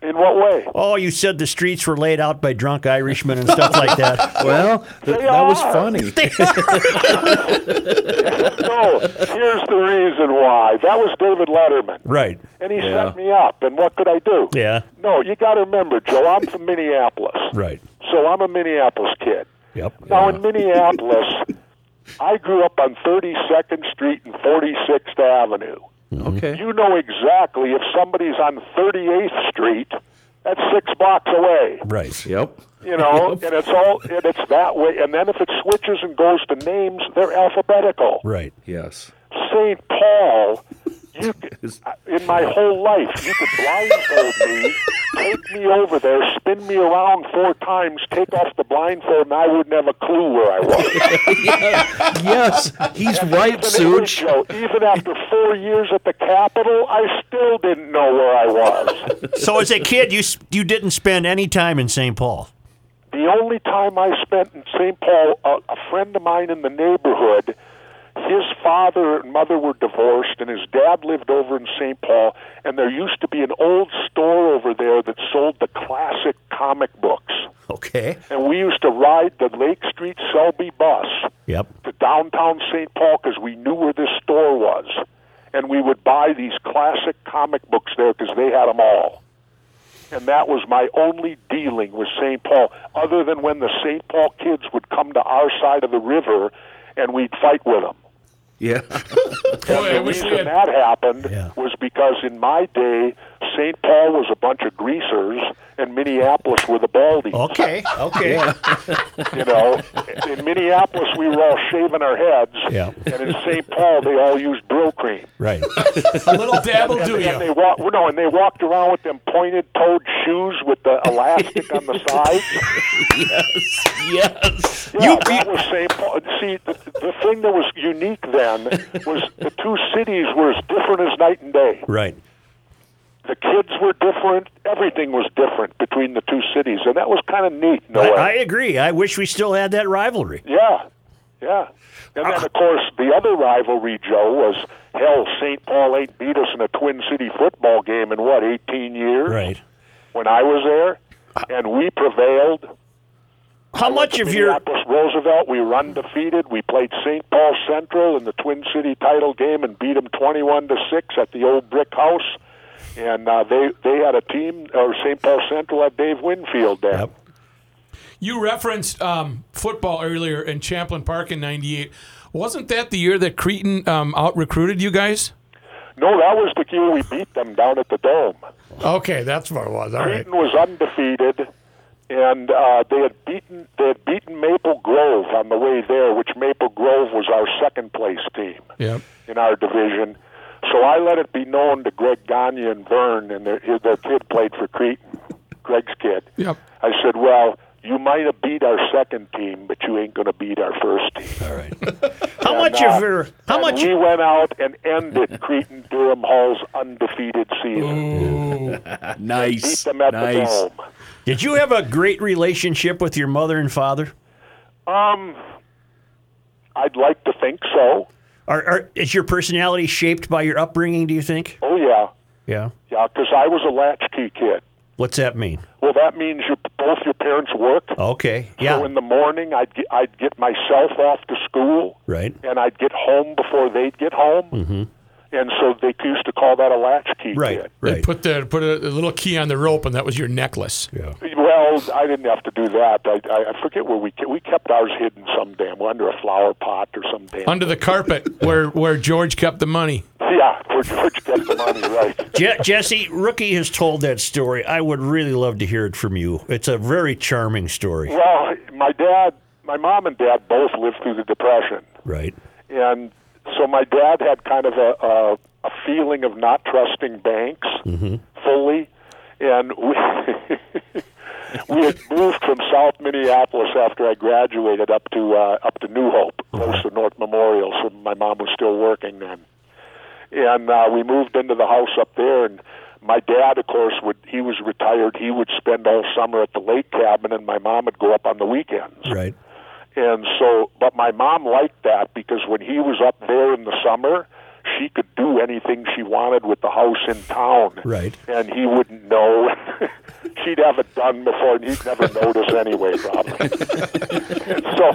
Speaker 4: In what way?
Speaker 3: Oh, you said the streets were laid out by drunk Irishmen and stuff like that.
Speaker 6: Well, th-
Speaker 4: They
Speaker 6: that was
Speaker 4: are.
Speaker 6: funny.
Speaker 4: No, here's the reason why. That was David Letterman.
Speaker 3: Right.
Speaker 4: And he
Speaker 6: Yeah.
Speaker 4: set me up. And what could I do?
Speaker 3: Yeah.
Speaker 4: No, you got to remember, Joe, I'm from Minneapolis.
Speaker 3: Right.
Speaker 4: So I'm a Minneapolis kid.
Speaker 3: Yep.
Speaker 4: Now, in Minneapolis, I grew up on 32nd Street and 46th Avenue.
Speaker 6: Okay.
Speaker 4: you know exactly if somebody's on 38th Street, that's six blocks away.
Speaker 3: Right.
Speaker 6: Yep.
Speaker 4: You know, and it's all and it's that way. And then if it switches and goes to names, they're alphabetical.
Speaker 3: Right.
Speaker 6: Yes.
Speaker 4: St. Paul. You could, in my whole life, you could blindfold me, take me over there, spin me around four times, take off the blindfold, and I wouldn't have a clue where I was.
Speaker 6: Yes. He's right,
Speaker 4: Even in
Speaker 6: Such.
Speaker 4: Israel, Even after four years at the Capitol, I still didn't know where I was.
Speaker 3: So as a kid, you s- you didn't spend any time in St. Paul.
Speaker 4: The only time I spent in St. Paul, a, a friend of mine in the neighborhood, his father and mother were divorced, and his dad lived over in St. Paul, and there used to be an old store over there that sold the classic comic books.
Speaker 3: Okay.
Speaker 4: And we used to ride the Lake Street Selby bus
Speaker 3: Yep.
Speaker 4: to downtown St. Paul because we knew where this store was. And we would buy these classic comic books there because they had them all. And that was my only dealing with St. Paul, other than when the St. Paul kids would come to our side of the river and we'd fight with them.
Speaker 6: Yeah.
Speaker 5: Boy, I
Speaker 4: The
Speaker 5: wish we
Speaker 4: reason
Speaker 5: had.
Speaker 4: that happened
Speaker 3: Yeah.
Speaker 4: was because in my day, St. Paul was a bunch of greasers and Minneapolis were the baldies.
Speaker 3: Okay. Okay.
Speaker 4: You know, in Minneapolis, we were all shaving our heads,
Speaker 3: Yeah.
Speaker 4: and in St. Paul, they all used brill cream.
Speaker 3: Right.
Speaker 5: A little dab will do
Speaker 4: And they
Speaker 5: you.
Speaker 4: walk, well, no, and they walked around with them pointed-toed shoes with the elastic on the sides.
Speaker 6: Yes.
Speaker 4: Yeah, that was St. Paul. See, the, the thing that was unique then was the two cities were as different as night and day.
Speaker 3: Right.
Speaker 4: The kids were different. Everything was different between the two cities, and that was kind of neat. in a
Speaker 3: I,
Speaker 4: way.
Speaker 3: I agree. I wish we still had that rivalry.
Speaker 4: Yeah, yeah. And
Speaker 3: Uh,
Speaker 4: then, of course, the other rivalry, Joe, was hell. St. Paul ain't beat us in a Twin City football game in what 18 years
Speaker 3: Right.
Speaker 4: when I was there, and we prevailed.
Speaker 3: How much of your
Speaker 4: Minneapolis Roosevelt, we were undefeated. We played St. Paul Central in the Twin City title game and beat them 21 to six at the old brick house. And uh, they they had a team, or St. Paul Central had Dave Winfield there.
Speaker 3: Yep.
Speaker 5: You referenced um, football earlier in Champlain Park in '98. Wasn't that the year that Creighton um, out recruited you guys?
Speaker 4: No, that was the year we beat them down at the dome.
Speaker 5: Okay, that's what it was. All right.
Speaker 4: Creighton was undefeated, and uh, they had beaten they had beaten Maple Grove on the way there, which Maple Grove was our second place team
Speaker 5: Yep.
Speaker 4: in our division. So I let it be known to Greg Gagne and Vern, and their, his- their kid played for Creighton, Greg's kid.
Speaker 5: Yep.
Speaker 4: I said, "Well, you might have beat our second team, but you ain't going to beat our first team.
Speaker 3: All right. How
Speaker 4: And,
Speaker 3: much
Speaker 4: uh,
Speaker 3: of your how
Speaker 4: and
Speaker 3: much
Speaker 4: we went out and ended Creighton Durham Hall's undefeated season. Beat
Speaker 6: Nice.
Speaker 4: them at
Speaker 6: Nice.
Speaker 4: the dome.
Speaker 3: did you have a great relationship with your mother and father?
Speaker 4: Um, I'd like to think so.
Speaker 3: Are, are is your personality shaped by your upbringing? Do you think?
Speaker 4: Oh yeah,
Speaker 3: Yeah.
Speaker 4: yeah. Because I was a latchkey kid.
Speaker 3: What's that mean?
Speaker 4: Well, that means you both your parents work.
Speaker 3: Okay. Yeah.
Speaker 4: So in the morning, I'd get, I'd get myself off to school,
Speaker 3: right.
Speaker 4: and I'd get home before they'd get home. Mm-hmm. And so they used to call that a latchkey
Speaker 3: Right.
Speaker 4: kid.
Speaker 5: They
Speaker 3: Right.
Speaker 5: put the put a, a little key on the rope, and that was your necklace.
Speaker 3: yeah.
Speaker 4: Well, I didn't have to do that. I, I, I forget where we ke- we kept ours hidden some damn under a flower pot or some damn.
Speaker 5: Under the carpet, where where George kept the money.
Speaker 4: yeah, where George kept the money, right?
Speaker 3: Je- Jesse, Rookie has told that story. I would really love to hear it from you. It's a very charming story.
Speaker 4: Well, my dad, my mom and dad both lived through the depression,
Speaker 3: Right.
Speaker 4: and so my dad had kind of a a, a feeling of not trusting banks fully, and we. We had moved from South Minneapolis after I graduated up to uh, up to New Hope,
Speaker 3: Uh-huh.
Speaker 4: close to North Memorial. So my mom was still working then, and uh, we moved into the house up there. And my dad, of course, would he was retired. He would spend all summer at the lake cabin, and my mom would go up on the weekends.
Speaker 3: Right.
Speaker 4: And so, but my mom liked that because when he was up there in the summer, she could do anything she wanted with the house in town.
Speaker 3: Right.
Speaker 4: And he wouldn't know. She'd have it done before, and he'd never notice anyway, probably. so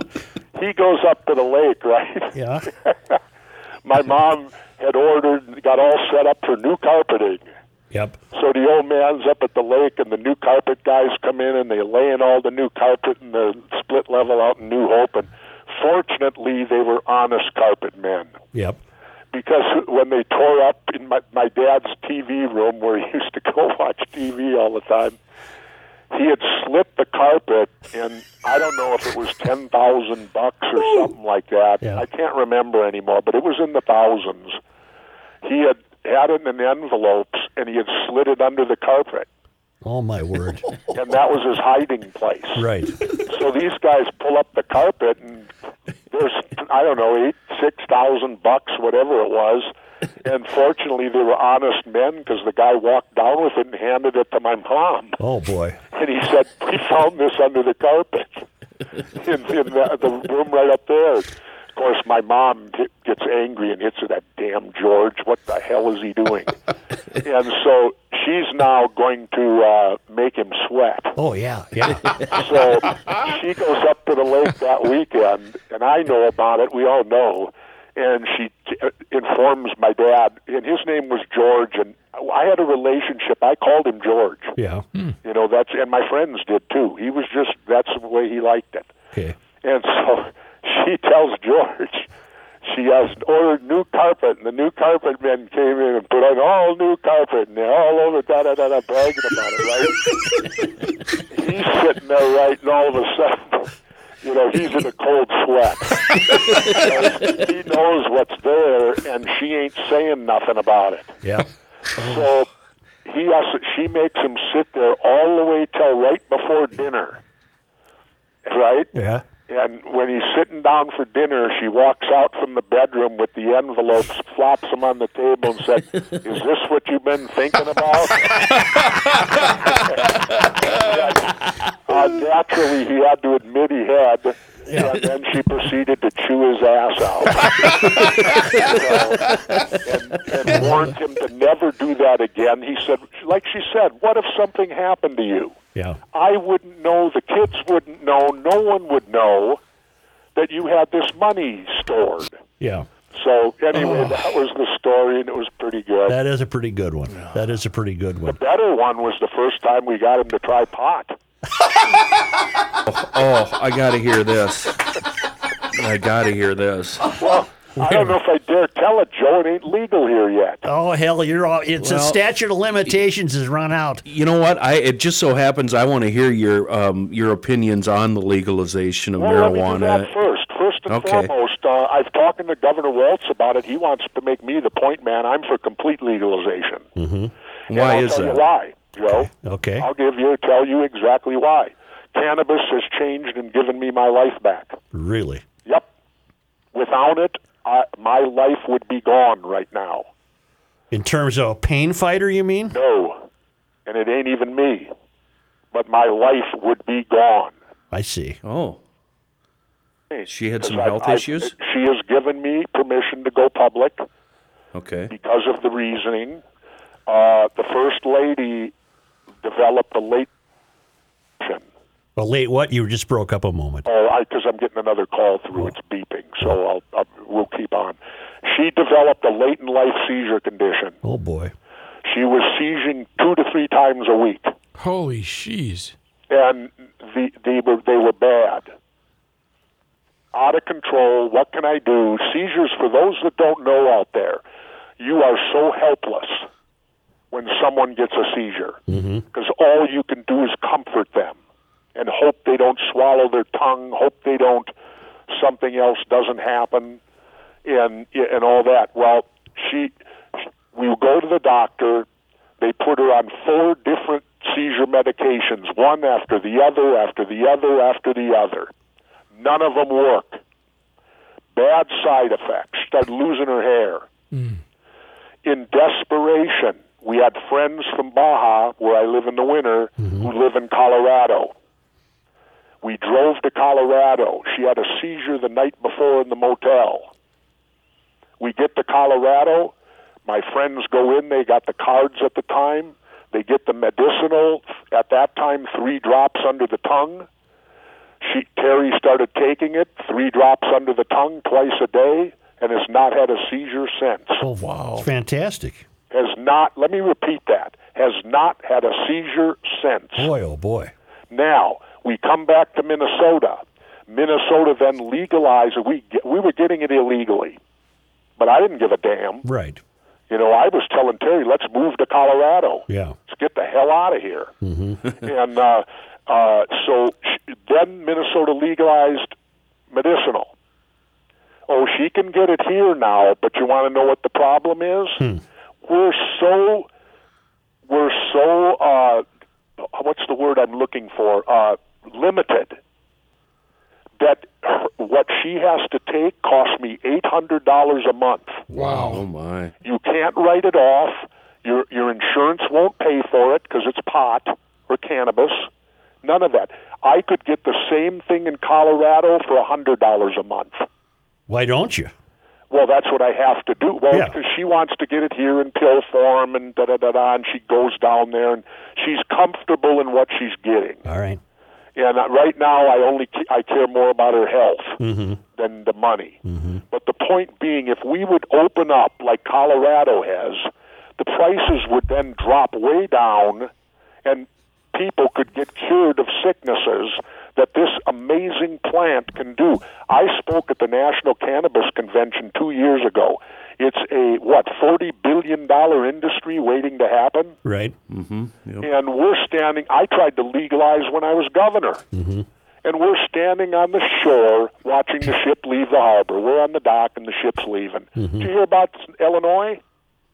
Speaker 4: he goes up to the lake, right?
Speaker 3: Yeah.
Speaker 4: My mom had ordered, got all set up for new carpeting.
Speaker 3: Yep.
Speaker 4: So the old man's up at the lake, and the new carpet guys come in, and they lay in all the new carpet in the split level out in New Hope. And fortunately, they were honest carpet men
Speaker 3: Yep.
Speaker 4: because when they tore up in my, my dad's TV room where he used to go watch TV all the time, he had slipped the carpet, and I don't know if it was ten thousand bucks or something like that.
Speaker 3: Yeah.
Speaker 4: I can't remember anymore, but it was in the thousands. He had had it in envelopes, and he had slid it under the carpet,
Speaker 3: Oh my word.
Speaker 4: and that was his hiding place.
Speaker 3: right.
Speaker 4: So these guys pull up the carpet, and there's I don't know eight, six thousand bucks, whatever it was. And fortunately, they were honest men because the guy walked down with it and handed it to my mom,
Speaker 3: Oh boy.
Speaker 4: and he said, "We found this under the carpet in, in the, the room right up there." Of course, my mom g- gets angry and hits her that damn George. What the hell is he doing? and so she's now going to uh, make him sweat.
Speaker 3: Oh yeah. Yeah.
Speaker 4: So she goes up to the lake that weekend, and I know about it. We all know. And she t- uh, informs my dad, and his name was George. And I had a relationship. I called him George.
Speaker 3: Yeah.
Speaker 4: You know, that's, and my friends did too. He was just, that's the way he liked it.
Speaker 3: Okay.
Speaker 4: And so she tells George she has ordered new carpet, and the new carpet men came in and put on all new carpet, and they're all over da da da da bragging about it, right? he's sitting there, right, and all of a sudden, you know, he's in a cold sweat. Because he knows what's there, and she ain't saying nothing about it.
Speaker 3: Yeah.
Speaker 4: So he has, she makes him sit there all the way till right before dinner, right?
Speaker 3: Yeah.
Speaker 4: And when he's sitting down for dinner, she walks out from the bedroom with the envelopes, flops them on the table, and said, "Is this what you've been thinking about?" uh, naturally, he had to admit he had, and then she proceeded to chew his ass out So, and, and warned him to never do that again. He said, "Like she said, what if something happened to you?"
Speaker 3: Yeah.
Speaker 4: I wouldn't know, the kids wouldn't know, no one would know that you had this money stored.
Speaker 3: Yeah.
Speaker 4: So anyway, that was the story, and it was pretty good.
Speaker 3: That is a pretty good one. That is a pretty good one.
Speaker 4: Better one was the first time we got him to try pot.
Speaker 6: Oh, I got to hear this. I got to hear this.
Speaker 4: I don't know if I dare tell it, Joe. It ain't legal here yet.
Speaker 3: Oh hell, you're all. It's a
Speaker 6: Well-
Speaker 3: statute of limitations has run out.
Speaker 6: You know what? I it just so happens I want to hear your um, your opinions on the legalization of
Speaker 4: Well, let me do
Speaker 6: marijuana.
Speaker 4: that first. First and
Speaker 6: Okay.
Speaker 4: foremost, uh, I've talked to Governor Waltz about it. He wants to make me the point man. I'm for complete legalization. Mm-hmm.
Speaker 6: Why
Speaker 4: I'll
Speaker 6: is
Speaker 4: tell you
Speaker 6: that?
Speaker 4: why, Joe.
Speaker 3: Okay.
Speaker 4: I'll give you tell you exactly why. cannabis has changed and given me my life back.
Speaker 3: Really?
Speaker 4: Yep. Without it, I, my life would be gone right now.
Speaker 3: In terms of a pain fighter, you mean?
Speaker 4: No, and it ain't even me. But my life would be gone.
Speaker 3: I see.
Speaker 6: Oh, she had some
Speaker 4: Because
Speaker 6: health
Speaker 4: I-
Speaker 6: issues.
Speaker 4: She has given me permission to go public
Speaker 6: Okay.
Speaker 4: because of the reasoning. Uh, the first lady developed a late.
Speaker 3: Well, late what? You just broke up a moment.
Speaker 4: Oh, I because I'm getting another call through. It's beeping, so I'll, I'll we'll keep on. She developed a late in life seizure condition.
Speaker 3: Oh, boy.
Speaker 4: She was seizing two to three times a week,
Speaker 5: Holy shees.
Speaker 4: and the, they were they were bad, out of control. What can I do? Seizures for those that don't know out there, you are so helpless when someone gets a seizure because all you can do is comfort them and hope they don't swallow their tongue, hope they don't something else doesn't happen, and and all that. Well, she, we go to the doctor. They put her on four different seizure medications, one after the other, after the other, after the other. None of them work. Bad side effects. Started losing her hair. In desperation, we had friends from Baja, where I live in the winter, who live in Colorado. We drove to Colorado. She had a seizure the night before in the motel. We get to Colorado. My friends go in. They got the cards at the time. They get the medicinal at that time, three drops under the tongue. She, Terry started taking it, three drops under the tongue twice a day, and has not had a seizure since.
Speaker 3: Oh, wow. It's fantastic.
Speaker 4: Has not, let me repeat that, has not had a seizure since.
Speaker 3: Boy, oh, boy.
Speaker 4: Now we come back to Minnesota. Minnesota then legalized. We get, we were getting it illegally, but I didn't give a damn.
Speaker 3: Right.
Speaker 4: You know, I was telling Terry, let's move to Colorado.
Speaker 3: Yeah.
Speaker 4: Let's get the hell out of here. and uh, uh, so sh- then Minnesota legalized medicinal. Oh, she can get it here now, but you want to know what the problem is? We're so we're so uh, what's the word I'm looking for? Uh, limited. That her- what she has to take costs me eight hundred dollars a month.
Speaker 6: Oh my.
Speaker 4: You can't write it off. Your your insurance won't pay for it because it's pot or cannabis. None of that. I could get the same thing in Colorado for a hundred dollars a month.
Speaker 3: Why don't you?
Speaker 4: Well, that's what I have to do. Well,
Speaker 3: Yeah.
Speaker 4: because she wants to get it here in pill form and da da da da, and she goes down there and she's comfortable in what she's getting.
Speaker 3: All right.
Speaker 4: And uh, right now, I only ca- I care more about her health than the money. But the point being, if we would open up like Colorado has, the prices would then drop way down, and people could get cured of sicknesses that this amazing plant can do. I spoke at the National Cannabis Convention two years ago. It's a what forty billion dollar industry waiting to happen
Speaker 3: Right.
Speaker 4: and we're standing. I tried to legalize when I was governor, and we're standing on the shore watching the ship leave the harbor. We're on the dock, and the ship's leaving. Did you hear about Illinois?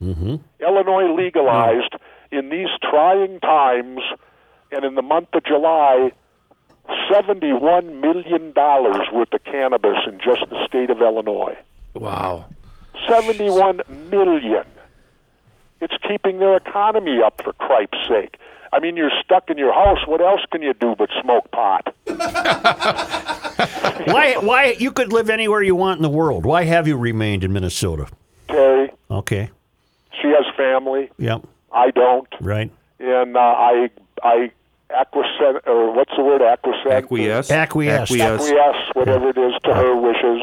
Speaker 4: Mm-hmm. Illinois legalized in these trying times, and in the month of July. $71 million worth of cannabis in just the state of Illinois.
Speaker 6: Wow.
Speaker 4: 71 million. It's keeping their economy up for cripe's sake. I mean, you're stuck in your house. What else can you do but smoke pot?
Speaker 3: Why? Why you could live anywhere you want in the world? Why have you remained in Minnesota?
Speaker 4: Terry,
Speaker 3: Okay.
Speaker 4: she has family.
Speaker 3: Yep.
Speaker 4: I don't,
Speaker 3: Right.
Speaker 4: and uh, I I acquiesce or what's the word acquiescent?
Speaker 6: Acquiesce.
Speaker 3: Acquiesced.
Speaker 6: Acquiesce.
Speaker 4: Acquiesce, whatever it is, to her wishes.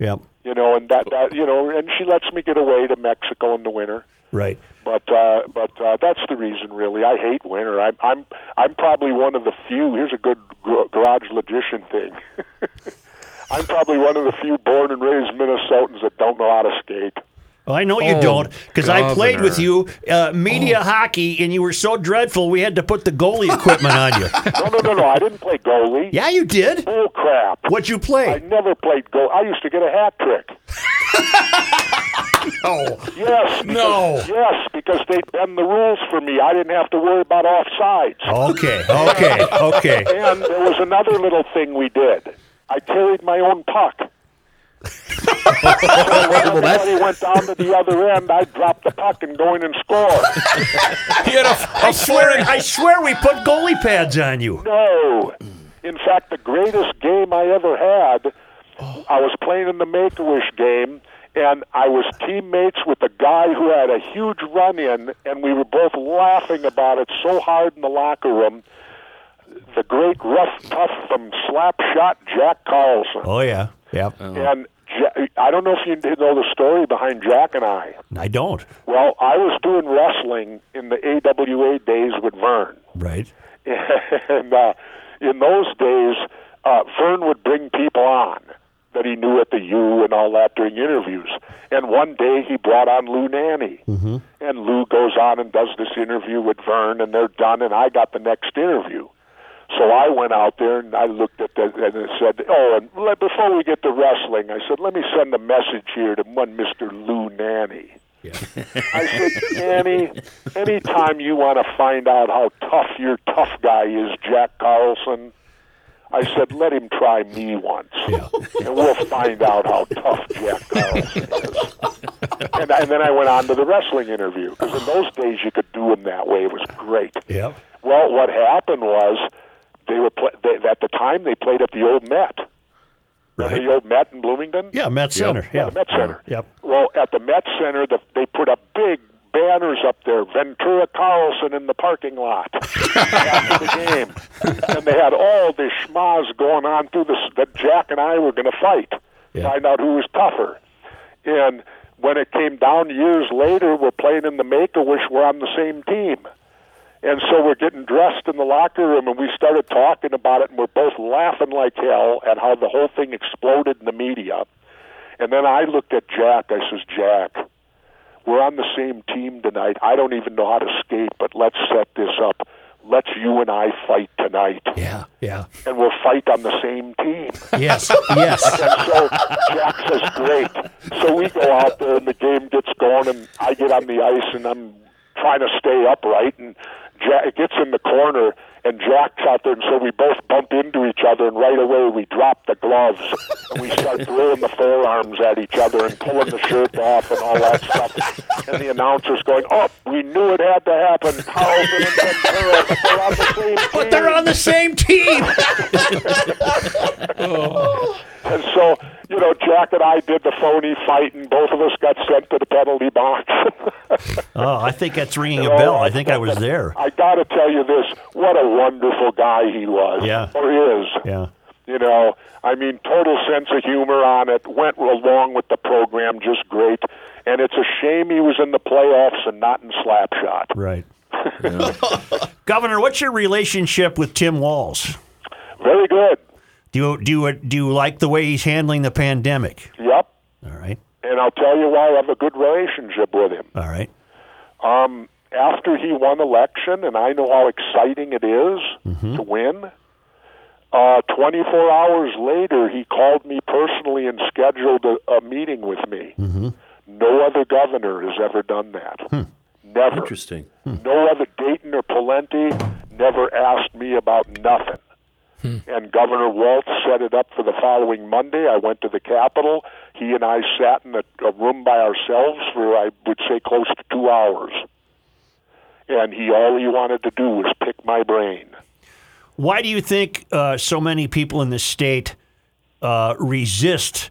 Speaker 3: Yep.
Speaker 4: You know, and that, that you know, and she lets me get away to Mexico in the winter.
Speaker 3: Right.
Speaker 4: But uh, but uh, that's the reason, really. I hate winter. I'm I'm I'm probably one of the few. Here's a good gar- garage logician thing. I'm probably one of the few born and raised Minnesotans that don't know how to skate.
Speaker 3: I know you
Speaker 6: Oh,
Speaker 3: don't, because I played with you
Speaker 6: governor. Oh.
Speaker 3: uh, media hockey, and you were so dreadful. We had to put the goalie equipment on you.
Speaker 4: No, no, no, no. I didn't play goalie.
Speaker 3: Yeah, you did.
Speaker 4: Bull crap.
Speaker 3: What'd you
Speaker 4: I
Speaker 3: play?
Speaker 4: never played goal. I used to get a hat trick. no. Yes. Because,
Speaker 5: No.
Speaker 4: Yes, because they bend the rules for me. I didn't have to worry about offsides.
Speaker 3: Okay, okay, okay.
Speaker 4: And there was another little thing we did. I carried my own puck. so when everybody went down to the other end, I dropped the puck and go in and score.
Speaker 5: He had a,
Speaker 3: I
Speaker 5: a
Speaker 3: swear,
Speaker 5: flaring.
Speaker 3: I swear, we put goalie pads on you.
Speaker 4: No. In fact, the greatest game I ever had, I was playing in the Make a Wish game, and I was teammates with a guy who had a huge run in, and we were both laughing about it so hard in the locker room. The great rough tough from Slapshot Jack Carlson.
Speaker 3: Oh yeah, yeah.
Speaker 4: And Ja I don't know if you know the story behind Jack and I.
Speaker 3: I don't.
Speaker 4: Well, I was doing wrestling in the AWA days with Vern
Speaker 3: Right.
Speaker 4: and uh, in those days, uh, Fern would bring people on that he knew at the U and all that during interviews. And one day he brought on Lou Nanny, mm-hmm. and Lou goes on and does this interview with Vern, and they're done. And I got the next interview. So I went out there and I looked at that and it said, "Oh, and le- before we get to wrestling, I said, let me send a message here to one Mister Lou Nanny." I said, Annie, anytime you want to find out how tough your tough guy is, Jack Carlson, I said, let him try me once, and we'll find out how tough Jack Carlson is. And, and then I went on to the wrestling interview because in those days you could do them that way. It was great.
Speaker 3: Yep.
Speaker 4: Well, what happened was they were pla they, at the time they played at the old Met, Remember the old Met in Bloomington.
Speaker 3: Yeah, Met Center. Yeah.
Speaker 4: The Met Center.
Speaker 3: Yep.
Speaker 4: Well, at the Met Center, the, they put up big banners up there, Ventura Carlson in the parking lot after the game. And they had all this schmaz going on through this that Jack and I were going to fight, find out who was tougher. And when it came down years later, we're playing in the Make-A-Wish, we're on the same team. And so we're getting dressed in the locker room, and we started talking about it, and we're both laughing like hell at how the whole thing exploded in the media. And then I looked at Jack. I says, Jack, we're on the same team tonight. I don't even know how to skate, but let's set this up. Let's you and I fight tonight,
Speaker 3: Yeah. Yeah.
Speaker 4: and we'll fight on the same team.
Speaker 3: Yes. Yes.
Speaker 4: And so Jack says, great. So we go out there, and the game gets going, and I get on the ice, and I'm trying to stay upright, and Jack it gets in the corner, and Jack's out there, and so we both bump into each other, and right away we drop the gloves, and we start throwing the forearms at each other and pulling the shirt off and all that stuff. And the announcer's going, oh, we knew it had to happen. Carlson and Ventura, but they're on the same team.
Speaker 3: But they're on the same team.
Speaker 4: And so, you know, Jack and I did the phony fight, and both of us got sent to the penalty box.
Speaker 3: Oh, I think that's ringing a bell. I think I was there.
Speaker 4: I got to tell you this: what a wonderful guy he was,
Speaker 3: Yeah.
Speaker 4: or is.
Speaker 3: Yeah.
Speaker 4: You know, I mean, total sense of humor on it. Went along with the program just great. And it's a shame he was in the playoffs and not in Slapshot.
Speaker 3: Right. Governor, what's your relationship with Tim Walls?
Speaker 4: Very good.
Speaker 3: Do you do you, do you like the way he's handling the pandemic?
Speaker 4: Yep.
Speaker 3: All right.
Speaker 4: And I'll tell you why I have a good relationship with him.
Speaker 3: All right.
Speaker 4: after he won election, and I know how exciting it is to win. Uh, 24 hours later, he called me personally and scheduled a, a meeting with me. No other governor has ever done that. Never.
Speaker 6: Interesting.
Speaker 4: No other Dayton or Palenti never asked me about nothing. And Governor Waltz set it up for the following Monday. I went to the Capitol. He and I sat in a, a room by ourselves for, I would say, close to two hours. And he all he wanted to do was pick my brain.
Speaker 3: Why do you think uh, so many people in the state uh, resist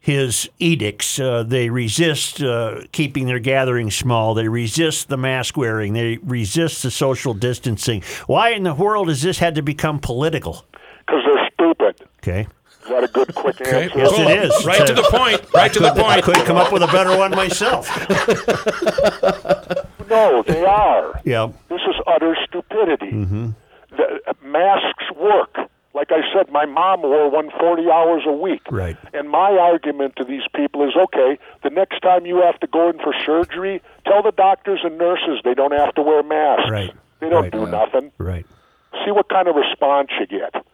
Speaker 3: his edicts? Uh, they resist uh, keeping their gatherings small. They resist the mask wearing. They resist the social distancing. Why in the world has this had to become political?
Speaker 4: Because they're stupid.
Speaker 3: Okay.
Speaker 4: Is that a good, quick
Speaker 5: Okay,
Speaker 4: answer?
Speaker 3: Yes,
Speaker 5: cool.
Speaker 3: it is.
Speaker 5: Right to the point. Right to the
Speaker 3: I
Speaker 5: point.
Speaker 3: couldn't come up with a better one myself.
Speaker 4: No, they are.
Speaker 3: Yeah. Mm-hmm.
Speaker 4: This is utter stupidity. The, uh, masks work. Like Like I said, my mom wore one 40 hours a week.
Speaker 3: Right.
Speaker 4: And my argument to these people is okay, the next time you have to go in for surgery, tell the doctors and nurses they don't have to wear masks.
Speaker 3: Right.
Speaker 4: They don't
Speaker 3: Right.
Speaker 4: do nothing.
Speaker 3: Right.
Speaker 4: See what kind of response you get,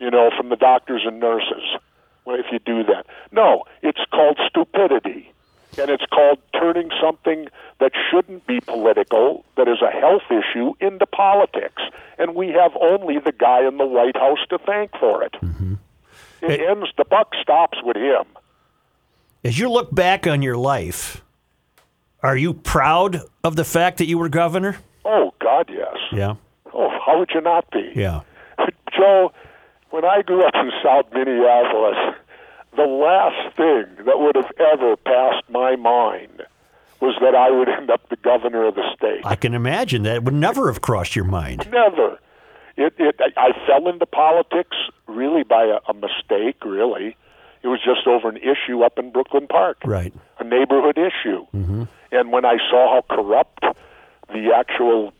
Speaker 4: you know, from the doctors and nurses well, if you do that. No, it's called stupidity. And it's called turning something that shouldn't be political, that is a health issue, into politics. And we have only the guy in the White House to thank for it. It ends, the buck stops with him.
Speaker 3: As you look back on your life, are you proud of the fact that you were governor?
Speaker 4: Oh, God, yes.
Speaker 3: Yeah.
Speaker 4: Oh, how would you not be?
Speaker 3: Yeah.
Speaker 4: Joe, when I grew up in South Minneapolis, the last thing that would have ever passed my mind was that I would end up the governor of the state.
Speaker 3: I can imagine that would never have crossed your mind.
Speaker 4: Never. It, it, I- I fell into politics really by a, a mistake, really. It was just over an issue up in Brooklyn Park,
Speaker 3: Right.
Speaker 4: a neighborhood issue. Mm-hmm. And when I saw how corrupt the actual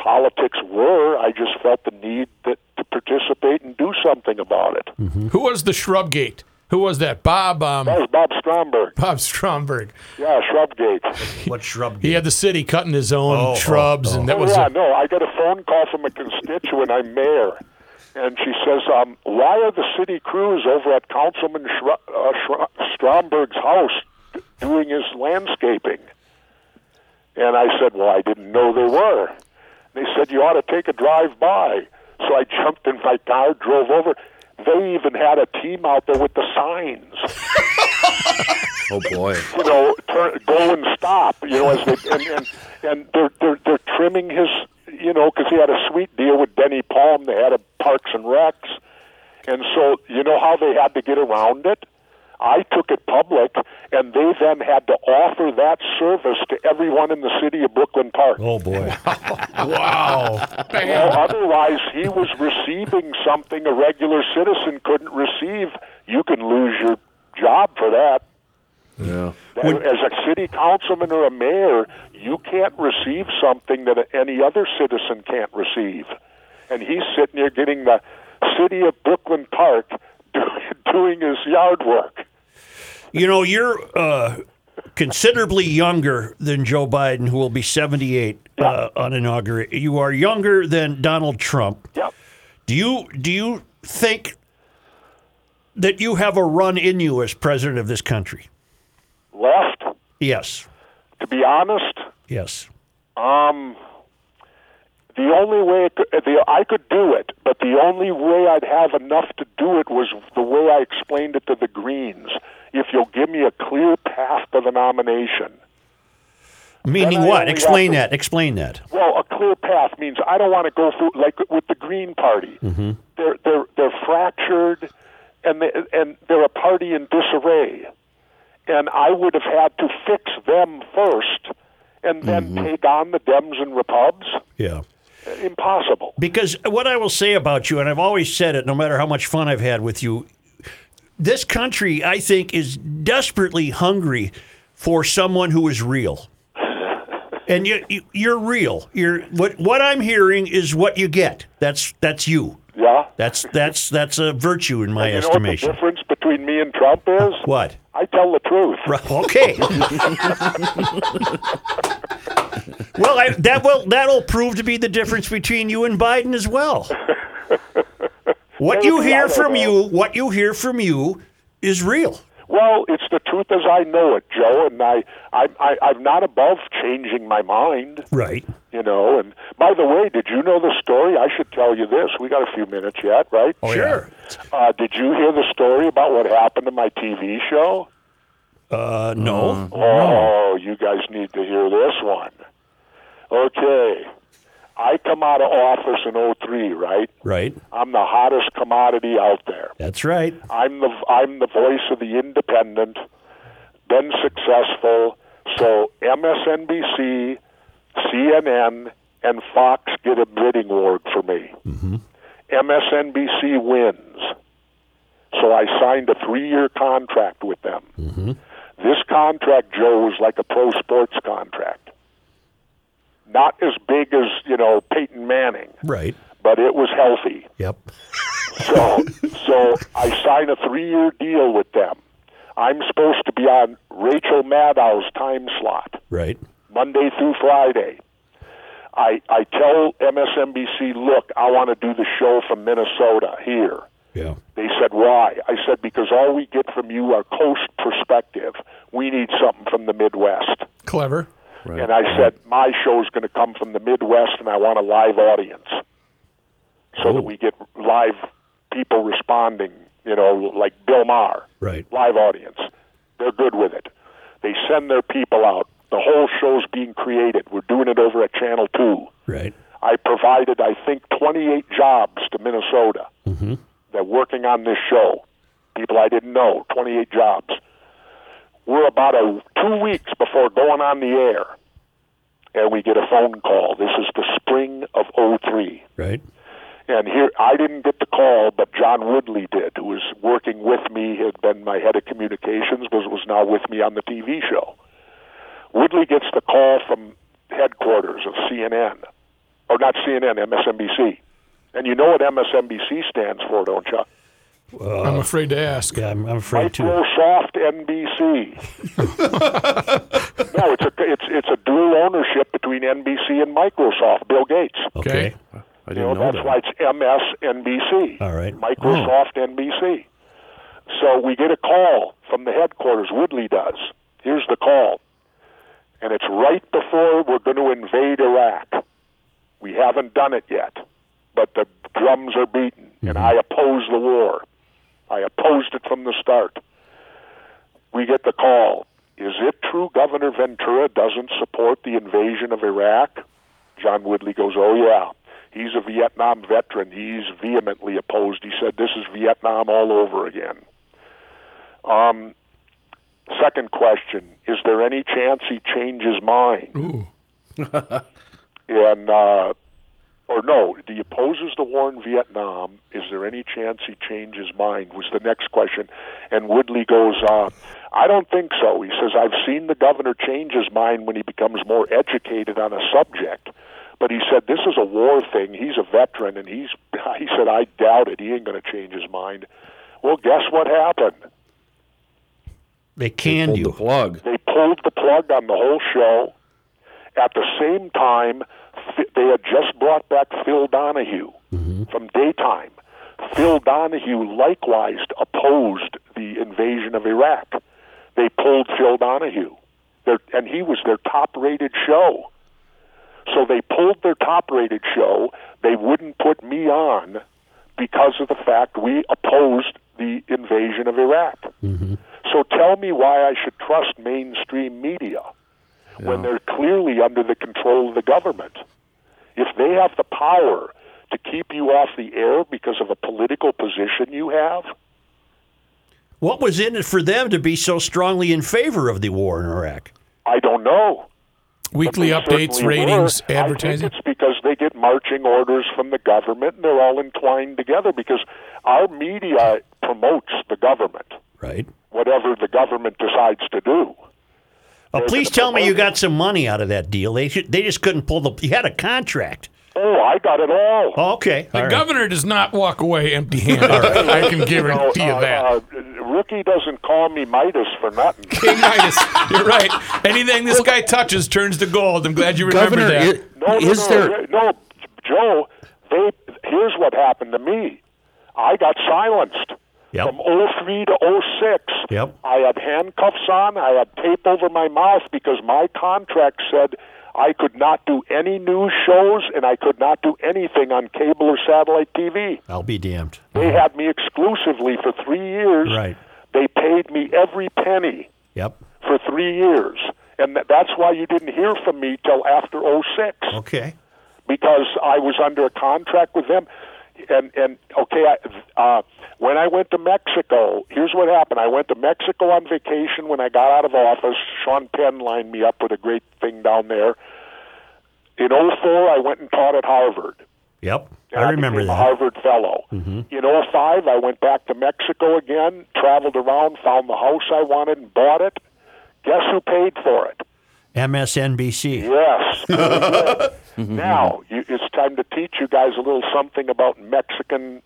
Speaker 4: politics were, I just felt the need that, to participate and do something about it.
Speaker 5: Who was the Shrubgate? Who was that? Bob um,
Speaker 4: That was Bob Stromberg.
Speaker 5: Bob Stromberg.
Speaker 4: Yeah, Shrubgate.
Speaker 3: What shrub?
Speaker 5: He had the city cutting his own
Speaker 3: Oh, oh,
Speaker 5: shrubs, and that
Speaker 4: Oh,
Speaker 5: was
Speaker 4: yeah,
Speaker 5: a-
Speaker 4: no, I got a phone call from a constituent. I'm mayor, and she says, um, "Why are the city crews over at Councilman Shru- uh, Shru- Stromberg's house doing his landscaping?" And I said, "Well, I didn't know they were." They said you ought to take a drive by. So I jumped in my car, drove over. They even had a team out there with the signs
Speaker 6: Oh boy.
Speaker 4: you know, turn, go and stop, you know, as they, and, and and they're they're they're trimming his, you know, because he had a sweet deal with Denny Palm. They had a Parks and Recs, and so you know how they had to get around it. I took it public, and they then had to offer that service to everyone in the city of Brooklyn Park.
Speaker 3: Oh boy.
Speaker 4: You know, otherwise, he was receiving something a regular citizen couldn't receive. You can lose your job for that.
Speaker 6: Yeah.
Speaker 4: As a city councilman or a mayor, you can't receive something that any other citizen can't receive. And he's sitting here getting the city of Brooklyn Park do, doing his yard work.
Speaker 3: You know, you're uh, considerably younger than Joe Biden, who will be 78 uh, on inauguration. You are younger than Donald Trump.
Speaker 4: Yeah.
Speaker 3: Do you do you think that you have a run in you as president of this country?
Speaker 4: Left,
Speaker 3: Yes.
Speaker 4: to be honest, um,
Speaker 3: Yes.
Speaker 4: the only way it could, the, I could do it, but the only way I'd have enough to do it was the way I explained it to the Greens. If you'll give me a clear path to the nomination.
Speaker 3: Meaning
Speaker 4: I
Speaker 3: what?
Speaker 4: only
Speaker 3: Explain
Speaker 4: got
Speaker 3: that. Explain that.
Speaker 4: Well, a clear path means I don't want to go through like with the Green Party.
Speaker 3: Mm-hmm.
Speaker 4: They're they're they're fractured, and they, and they're a party in disarray. And I would have had to fix them first, and then
Speaker 3: Mm-hmm.
Speaker 4: take on the Dems and Repubs.
Speaker 3: Yeah.
Speaker 4: Impossible.
Speaker 3: Because what I will say about you, and I've always said it, no matter how much fun I've had with you, this country, I think, is desperately hungry for someone who is real. And you, you, you're real. You're what. What I'm hearing is what you get. That's that's you.
Speaker 4: Yeah.
Speaker 3: That's that's that's a virtue in my
Speaker 4: you know what the
Speaker 3: estimation.
Speaker 4: difference between me and Trump is?
Speaker 3: what?
Speaker 4: I tell the truth.
Speaker 3: Okay. well, I, that will that'll prove to be the difference between you and Biden as well. What you
Speaker 4: Maybe, I
Speaker 3: hear
Speaker 4: don't
Speaker 3: from
Speaker 4: know.
Speaker 3: you, what you hear from you, is real.
Speaker 4: Well, it's the truth as I know it, Joe, and I, I, I I'm not above changing my mind.
Speaker 3: Right.
Speaker 4: you know. And by the way, did you know the story? I should tell you this. We got a few minutes yet, right?
Speaker 5: Oh,
Speaker 3: sure.
Speaker 4: Uh, did you hear the story about what happened to my TV show?
Speaker 3: Uh, no.
Speaker 5: Uh-huh.
Speaker 4: Oh, you guys need to hear this one. Okay. I come out of office in '03, right?
Speaker 3: Right.
Speaker 4: I'm the hottest commodity out there.
Speaker 3: That's right.
Speaker 4: I'm the I'm the voice of the independent, been successful. So MSNBC, CNN, and Fox get a bidding war for me. MSNBC wins, so I signed a three-year contract with them. This contract, Joe, was like a pro sports contract. Not as big as you know Peyton Manning,
Speaker 3: Right.
Speaker 4: but it was healthy.
Speaker 3: Yep.
Speaker 4: So, so I sign a three-year deal with them. I'm supposed to be on Rachel Maddow's time slot,
Speaker 3: Right.
Speaker 4: Monday through Friday. I I tell MSNBC, look, I want to do the show from Minnesota here.
Speaker 3: Yeah.
Speaker 4: They said, why? I said, because all we get from you are coast perspective. We need something from the Midwest.
Speaker 5: Clever.
Speaker 4: And I said, my show's going to come from the Midwest, and I want a live audience so
Speaker 3: Oh.
Speaker 4: that we get live people responding, you know, like Bill Maher,
Speaker 3: Right.
Speaker 4: live audience. They're good with it. They send their people out. The whole show's being created. We're doing it over at Channel 2.
Speaker 3: Right.
Speaker 4: I provided, I think, 28 jobs to Minnesota. Mm-hmm. They're working on this show. People I didn't know, 28 jobs. We're about a, two weeks before going on the air, and we get a phone call. This is the spring of '03,
Speaker 3: Right.
Speaker 4: And here, I didn't get the call, but John Woodley did, who was working with me, had been my head of communications, was, was now with me on the TV show. Woodley gets the call from headquarters of CNN, or not CNN, MSNBC. And you know what MSNBC stands for, don't you?
Speaker 5: I'm afraid to ask.
Speaker 3: Yeah, I'm, I'm afraid to.
Speaker 4: Microsoft NBC. no, it's a it's it's a dual ownership between NBC and Microsoft. Bill Gates.
Speaker 5: Okay.
Speaker 6: I
Speaker 4: You know,
Speaker 6: didn't know
Speaker 4: that's
Speaker 6: that.
Speaker 4: why it's MSNBC.
Speaker 3: All right.
Speaker 4: Microsoft NBC. So we get a call from the headquarters. Woodley does. Here's the call, and it's right before we're going to invade Iraq. We haven't done it yet, but the drums are beaten, and I oppose the war. I opposed it from the start. We get the call. Is it true Governor Ventura doesn't support the invasion of Iraq? John Woodley goes, Oh, yeah. He's a Vietnam veteran. He's vehemently opposed. He said, This is Vietnam all over again. Um, second question Is there any chance he changes mind?
Speaker 5: Ooh.
Speaker 4: and uh, or no, he opposes the war in Vietnam. Is there any chance he changes his mind? Was the next question, and Woodley goes, uh, I don't think so. He says I've seen the governor change his mind when he becomes more educated on a subject. But he said this is a war thing. He's a veteran, and he's. He said I doubt it. He ain't going to change his mind. Well, guess what happened?
Speaker 3: They canned
Speaker 6: Pulled the
Speaker 3: you.
Speaker 6: plug.
Speaker 4: They pulled the plug on the whole show. At the same time, Ph- they had just brought back Phil Donahue from daytime. Phil Donahue likewise opposed the invasion of Iraq. They pulled Phil Donahue, their, and he was their top-rated show. So they pulled their top-rated show. They wouldn't put me on because of the fact we opposed the invasion of Iraq. So tell me why I should trust mainstream media when they're clearly under the control of the government. If they have the power to keep you off the air because of a political position you have,
Speaker 3: What was in it for them to be so strongly in favor of the war in Iraq?
Speaker 4: I don't know. But
Speaker 5: Weekly
Speaker 4: they
Speaker 5: updates,
Speaker 4: certainly
Speaker 5: ratings,
Speaker 4: were. I
Speaker 5: advertising.
Speaker 4: think it's because they get marching orders from the government and they're all entwined together because our media promotes the government,
Speaker 3: Right.
Speaker 4: whatever the government decides to do.
Speaker 3: Oh, please tell me you got some money out of that deal. They should, they just couldn't pull the. You had a contract.
Speaker 4: Oh, I got it all.
Speaker 3: Oh, okay.
Speaker 5: The
Speaker 3: All right.
Speaker 5: governor does not walk away empty-handed. I can guarantee you
Speaker 4: uh,
Speaker 5: that.
Speaker 4: Uh, rookie doesn't call me Midas for nothing.
Speaker 5: King Midas. You're right. Anything this guy touches turns to gold. I'm glad you remember
Speaker 6: Governor,
Speaker 5: that.
Speaker 6: i-
Speaker 4: No, no, no,
Speaker 6: is there?
Speaker 4: re- no, Joe? They here's what happened to me. I got silenced
Speaker 3: Yep.
Speaker 4: from 03 to 06.
Speaker 3: Yep.
Speaker 4: I had handcuffs on. I had tape over my mouth because my contract said I could not do any news shows and I could not do anything on cable or satellite TV.
Speaker 3: I'll be damned.
Speaker 4: They had me exclusively for three years.
Speaker 3: Right.
Speaker 4: They paid me every penny.
Speaker 3: Yep.
Speaker 4: for three years. And th- that's why you didn't hear from me till after '06
Speaker 3: Okay.
Speaker 4: because I was under a contract with them. And, and okay, I, uh, when I went to Mexico, here's what happened. I went to Mexico on vacation when I got out of office. Sean Penn lined me up with a great thing down there. In '04, I went and taught at Harvard.
Speaker 3: Yep.
Speaker 4: And
Speaker 3: I remember
Speaker 4: became a
Speaker 3: that. Mm-hmm.
Speaker 4: Harvard Fellow. In '05, I went back to Mexico again, traveled around, found the house I wanted, and bought it. Guess who paid for it?
Speaker 3: MSNBC.
Speaker 4: Yes.
Speaker 3: Mm-hmm.
Speaker 4: now you, it's time to teach you guys a little something about Mexican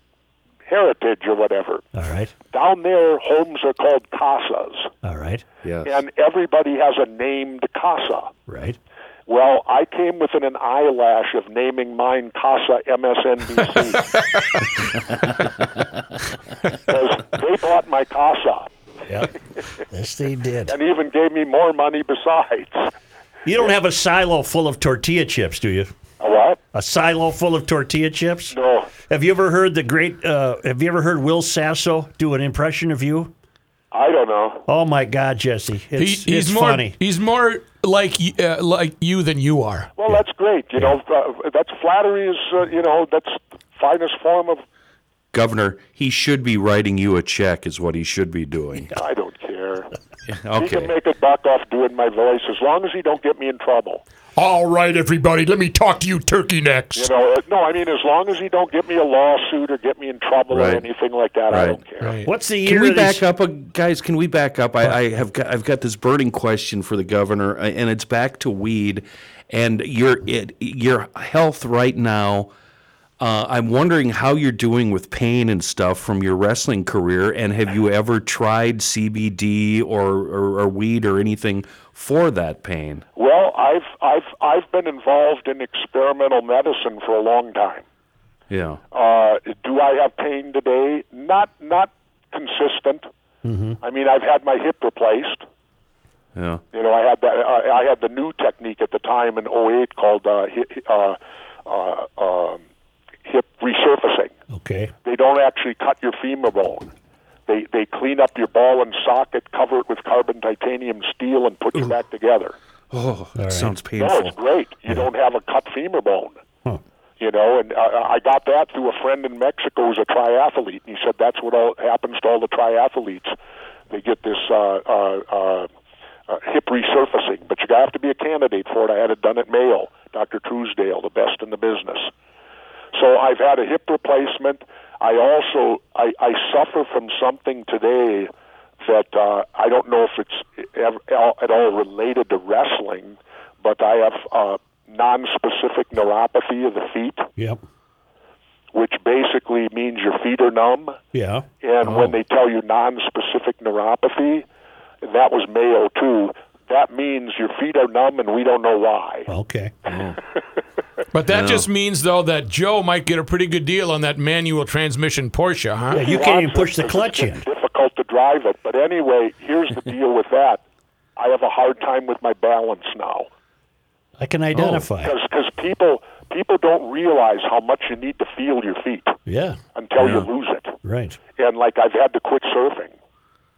Speaker 4: heritage or whatever.
Speaker 3: All right.
Speaker 4: Down there, homes are called casas,
Speaker 3: All right.
Speaker 6: Yes.
Speaker 4: and everybody has a named casa.
Speaker 3: Right.
Speaker 4: Well, I came within an eyelash of naming mine Casa MSNBC. 'Cause they bought my Casa
Speaker 3: Yep. yes, they did.
Speaker 4: and even gave me more money besides.
Speaker 3: You don't have a silo full of tortilla chips, do you?
Speaker 4: A What?
Speaker 3: A silo full of tortilla chips?
Speaker 4: No.
Speaker 3: Have you ever heard the great? Uh, have you ever heard Will Sasso do an impression of you?
Speaker 4: I don't know.
Speaker 3: Oh my God, Jesse,
Speaker 5: He-
Speaker 3: it's,
Speaker 5: he's
Speaker 3: it's
Speaker 5: more.
Speaker 3: funny.
Speaker 5: He's more like y- uh, like you than you are.
Speaker 4: Well, that's great. You know, uh, that's flattery is, uh, you know, that's the finest form of.
Speaker 6: Governor, he should be writing you a check, is what he should be doing.
Speaker 4: I don't care. He can
Speaker 6: Okay.
Speaker 4: make a buck off doing my voice as long as he don't get me in trouble.
Speaker 5: All right, everybody, let me talk to you, turkey necks.
Speaker 4: You know, uh, no, I mean as long as he don't get me a lawsuit or get me in trouble
Speaker 6: Right.
Speaker 4: or anything like that. I
Speaker 6: Right.
Speaker 4: don't care.
Speaker 3: What's the year?
Speaker 6: Can we
Speaker 3: that he's-
Speaker 6: back up, uh, guys? Can we back up? I, I have got, I've got this burning question for the governor, uh, and it's back to weed and your it, your health right now. Uh, I'm wondering how you're doing with pain and stuff from your wrestling career, and have you ever tried CBD or, or, or weed or anything for that pain?
Speaker 4: Well, I've I've I've been involved in experimental medicine for a long time.
Speaker 6: Yeah.
Speaker 4: Uh, do I have pain today? Not not consistent. I mean, I've had my hip replaced.
Speaker 6: Yeah.
Speaker 4: You know, I had that. I, I had the new technique at the time in '08 called uh, hip, uh, uh, um, hip resurfacing.
Speaker 3: Okay.
Speaker 4: They don't actually cut your femur bone. They they clean up your ball and socket, cover it with carbon titanium steel, and put you back together.
Speaker 6: Oh, that sounds
Speaker 4: No, it's
Speaker 6: painful.
Speaker 4: great. You don't have a cut femur bone. You know, and I, I got that through a friend in Mexico who's a triathlete, and he said that's what all happens to all the triathletes. They get this uh, uh, uh, uh, hip resurfacing, but you have to be a candidate for it. I had it done at Mayo, Dr. Truesdale, the best in the business. So I've had a hip replacement. I also I, I suffer from something today that uh, I don't know if it's ever, at all related to wrestling, but I have uh, non-specific neuropathy of the feet,
Speaker 3: Yep.
Speaker 4: which basically means your feet are numb.
Speaker 3: Yeah. Oh.
Speaker 4: And when they tell you non-specific neuropathy, and that was Mayo too. That means your feet are numb, and we don't know why.
Speaker 3: Okay.
Speaker 5: But that just means though that Joe might get a pretty good deal on that manual transmission Porsche, huh?
Speaker 3: Yeah, you can't even push the clutch in.
Speaker 4: It's difficult to drive it. But anyway, here's the deal with that. I have a hard time with my balance now
Speaker 3: I can identify.
Speaker 4: because people people don't realize how much you need to feel your feet
Speaker 3: Yeah.
Speaker 4: until you lose it.
Speaker 3: Right.
Speaker 4: And like I've had to quit surfing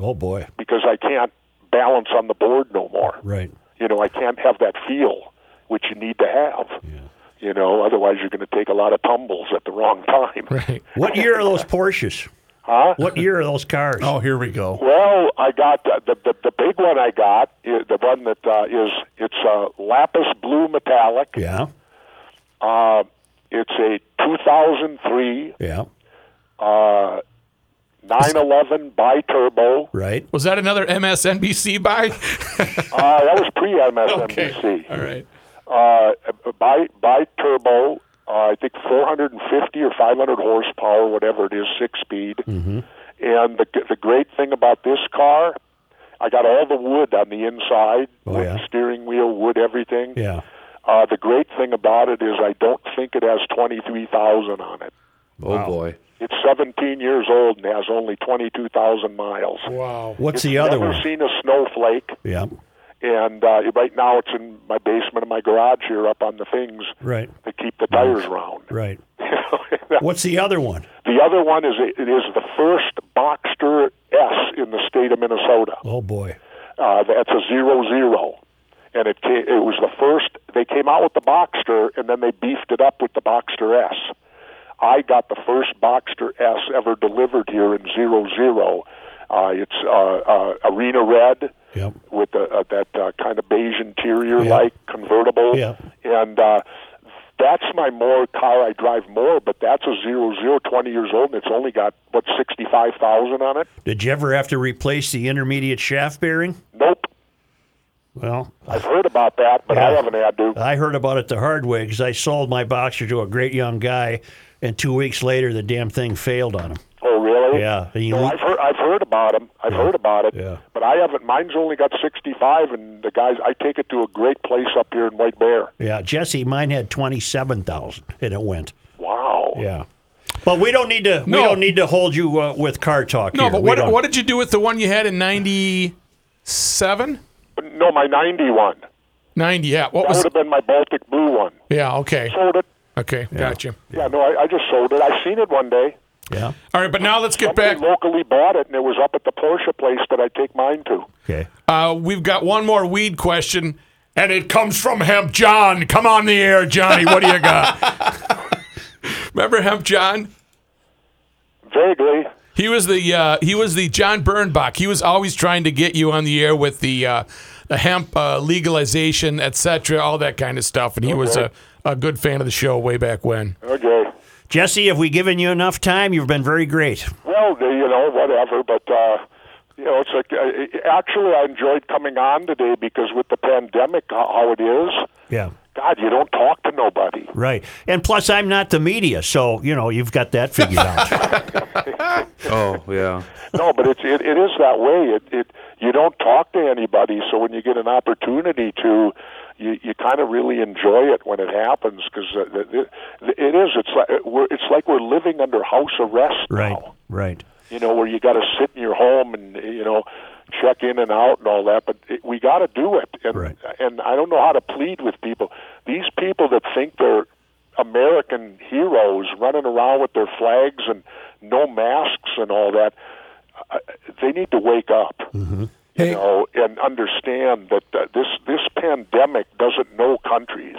Speaker 3: Oh boy.
Speaker 4: because I can't balance on the board no more.
Speaker 3: Right.
Speaker 4: You know, I can't have that feel which you need to have. You know, otherwise you're going to take a lot of tumbles at the wrong time.
Speaker 5: Right.
Speaker 3: What year are those Porsches?
Speaker 4: Huh?
Speaker 3: What year are those cars?
Speaker 7: Oh, here we go.
Speaker 4: Well, I got the the, the, the big one. I got i- the one that uh, is it's uh, lapis blue metallic.
Speaker 3: Yeah.
Speaker 4: Uh, it's a 2003
Speaker 3: Yeah.
Speaker 4: 911 bi-turbo.
Speaker 3: Right.
Speaker 5: Was that another MSNBC buy?
Speaker 4: Uh, that was pre-MSNBC.
Speaker 5: okay. All right.
Speaker 4: Uh, bi bi-turbo. Uh, I think 450 or 500 horsepower, whatever it is, six speed.
Speaker 3: Mm-hmm.
Speaker 4: And the the great thing about this car, I got all the wood on the inside,
Speaker 3: Oh,
Speaker 4: wood
Speaker 3: yeah.
Speaker 4: steering wheel, wood, everything.
Speaker 3: Yeah.
Speaker 4: Uh, the great thing about it is I don't think it has 23,000 on it.
Speaker 6: Oh, boy.
Speaker 4: It's 17 years old and has only 22,000 miles.
Speaker 5: Wow.
Speaker 3: What's the
Speaker 4: Never
Speaker 3: other one?
Speaker 4: seen a snowflake,
Speaker 3: Yeah.
Speaker 4: and uh, right now it's in my basement of my garage here, up on the things
Speaker 3: Right.
Speaker 4: that keep the tires round.
Speaker 3: Right.
Speaker 4: the
Speaker 3: What's the other one?
Speaker 4: other one is it is the first Boxster S in the state of Minnesota.
Speaker 3: Oh boy.
Speaker 4: Uh, that's a zero zero, and it ca it was the first. They came out with the Boxster, and then they beefed it up with the Boxster S. I got the first Boxster S ever delivered here in zero zero. Uh, it's uh, uh, arena red
Speaker 3: Yep.
Speaker 4: with the, uh, that uh, kind of beige interior, like convertible,
Speaker 3: Yeah.
Speaker 4: and. Uh, that's my more car. I drive more, but that's a zero zero twenty years old, and it's only got what sixty five thousand on it.
Speaker 3: Did you ever have to replace the intermediate shaft bearing?
Speaker 4: Nope,
Speaker 3: Well,
Speaker 4: I've heard about that, but I
Speaker 3: Yeah. Uh,
Speaker 4: haven't had to.
Speaker 3: I heard about it the hard way because I sold my boxer to a great young guy, and two weeks later the damn thing failed on him.
Speaker 4: So
Speaker 3: Yeah, and you
Speaker 4: so
Speaker 3: know-
Speaker 4: I've heard I've heard about him. I've heard about it.
Speaker 3: Yeah.
Speaker 4: But I haven't. Mine's only got 65, and the guys I take it to a great place up here in White Bear.
Speaker 3: Yeah, Jesse, mine had twenty seven thousand, and it went.
Speaker 4: Wow.
Speaker 3: Yeah, but we don't need to. We
Speaker 5: No.
Speaker 3: don't need to hold you uh, with car talk.
Speaker 5: No,
Speaker 3: here.
Speaker 5: but
Speaker 3: We
Speaker 5: what
Speaker 3: don't.
Speaker 5: what did you do with the one you had in 97?
Speaker 4: But no, my 91.
Speaker 5: 90, yeah. What
Speaker 4: That
Speaker 5: was
Speaker 4: would have been my Baltic Blue one.
Speaker 5: Yeah, okay.
Speaker 4: Sold it.
Speaker 5: Okay, gotcha.
Speaker 4: Yeah. no, I, I just sold it. I seen it one day.
Speaker 3: Yeah.
Speaker 5: All right, but now let's get
Speaker 4: Somebody
Speaker 5: back.
Speaker 4: locally bought it, and it was up at the Porsche place that I take mine to.
Speaker 3: Okay.
Speaker 5: Uh, we've got one more weed question, and it comes from Hemp John. Come on the air, Johnny. What do you got? Remember Hemp John?
Speaker 4: Vaguely,
Speaker 5: He was the uh, he was the John Bernbach. He was always trying to get you on the air with the uh, the hemp uh, legalization, etc., all that kind of stuff. And he was a, a good fan of the show way back when.
Speaker 4: okay.
Speaker 3: Jesse, have we given you enough time? You've been very great.
Speaker 4: Well, they- you know, whatever. But uh, you know, it's like uh, actually, I enjoyed coming on today because with the pandemic, how how it is,
Speaker 3: Yeah.
Speaker 4: God, you don't talk to nobody.
Speaker 3: Right. And plus, I'm not the media, so you know you've got that figured out.
Speaker 6: Oh, yeah.
Speaker 4: No, but it's it, it is that way. It it you don't talk to anybody, so when you get an opportunity to. You, you kind of really enjoy it when it happens because uh, it, it is. It's like we're, it's like we're living under house arrest
Speaker 3: Right.
Speaker 4: now.
Speaker 3: Right.
Speaker 4: you know, where you got to sit in your home and you know check in and out and all that. But it, we got to do it, and
Speaker 3: Right.
Speaker 4: and I don't know how to plead with people. These people that think they're American heroes running around with their flags and no masks and all that, I- they need to wake up. You know, and understand that uh, this this pandemic doesn't know countries.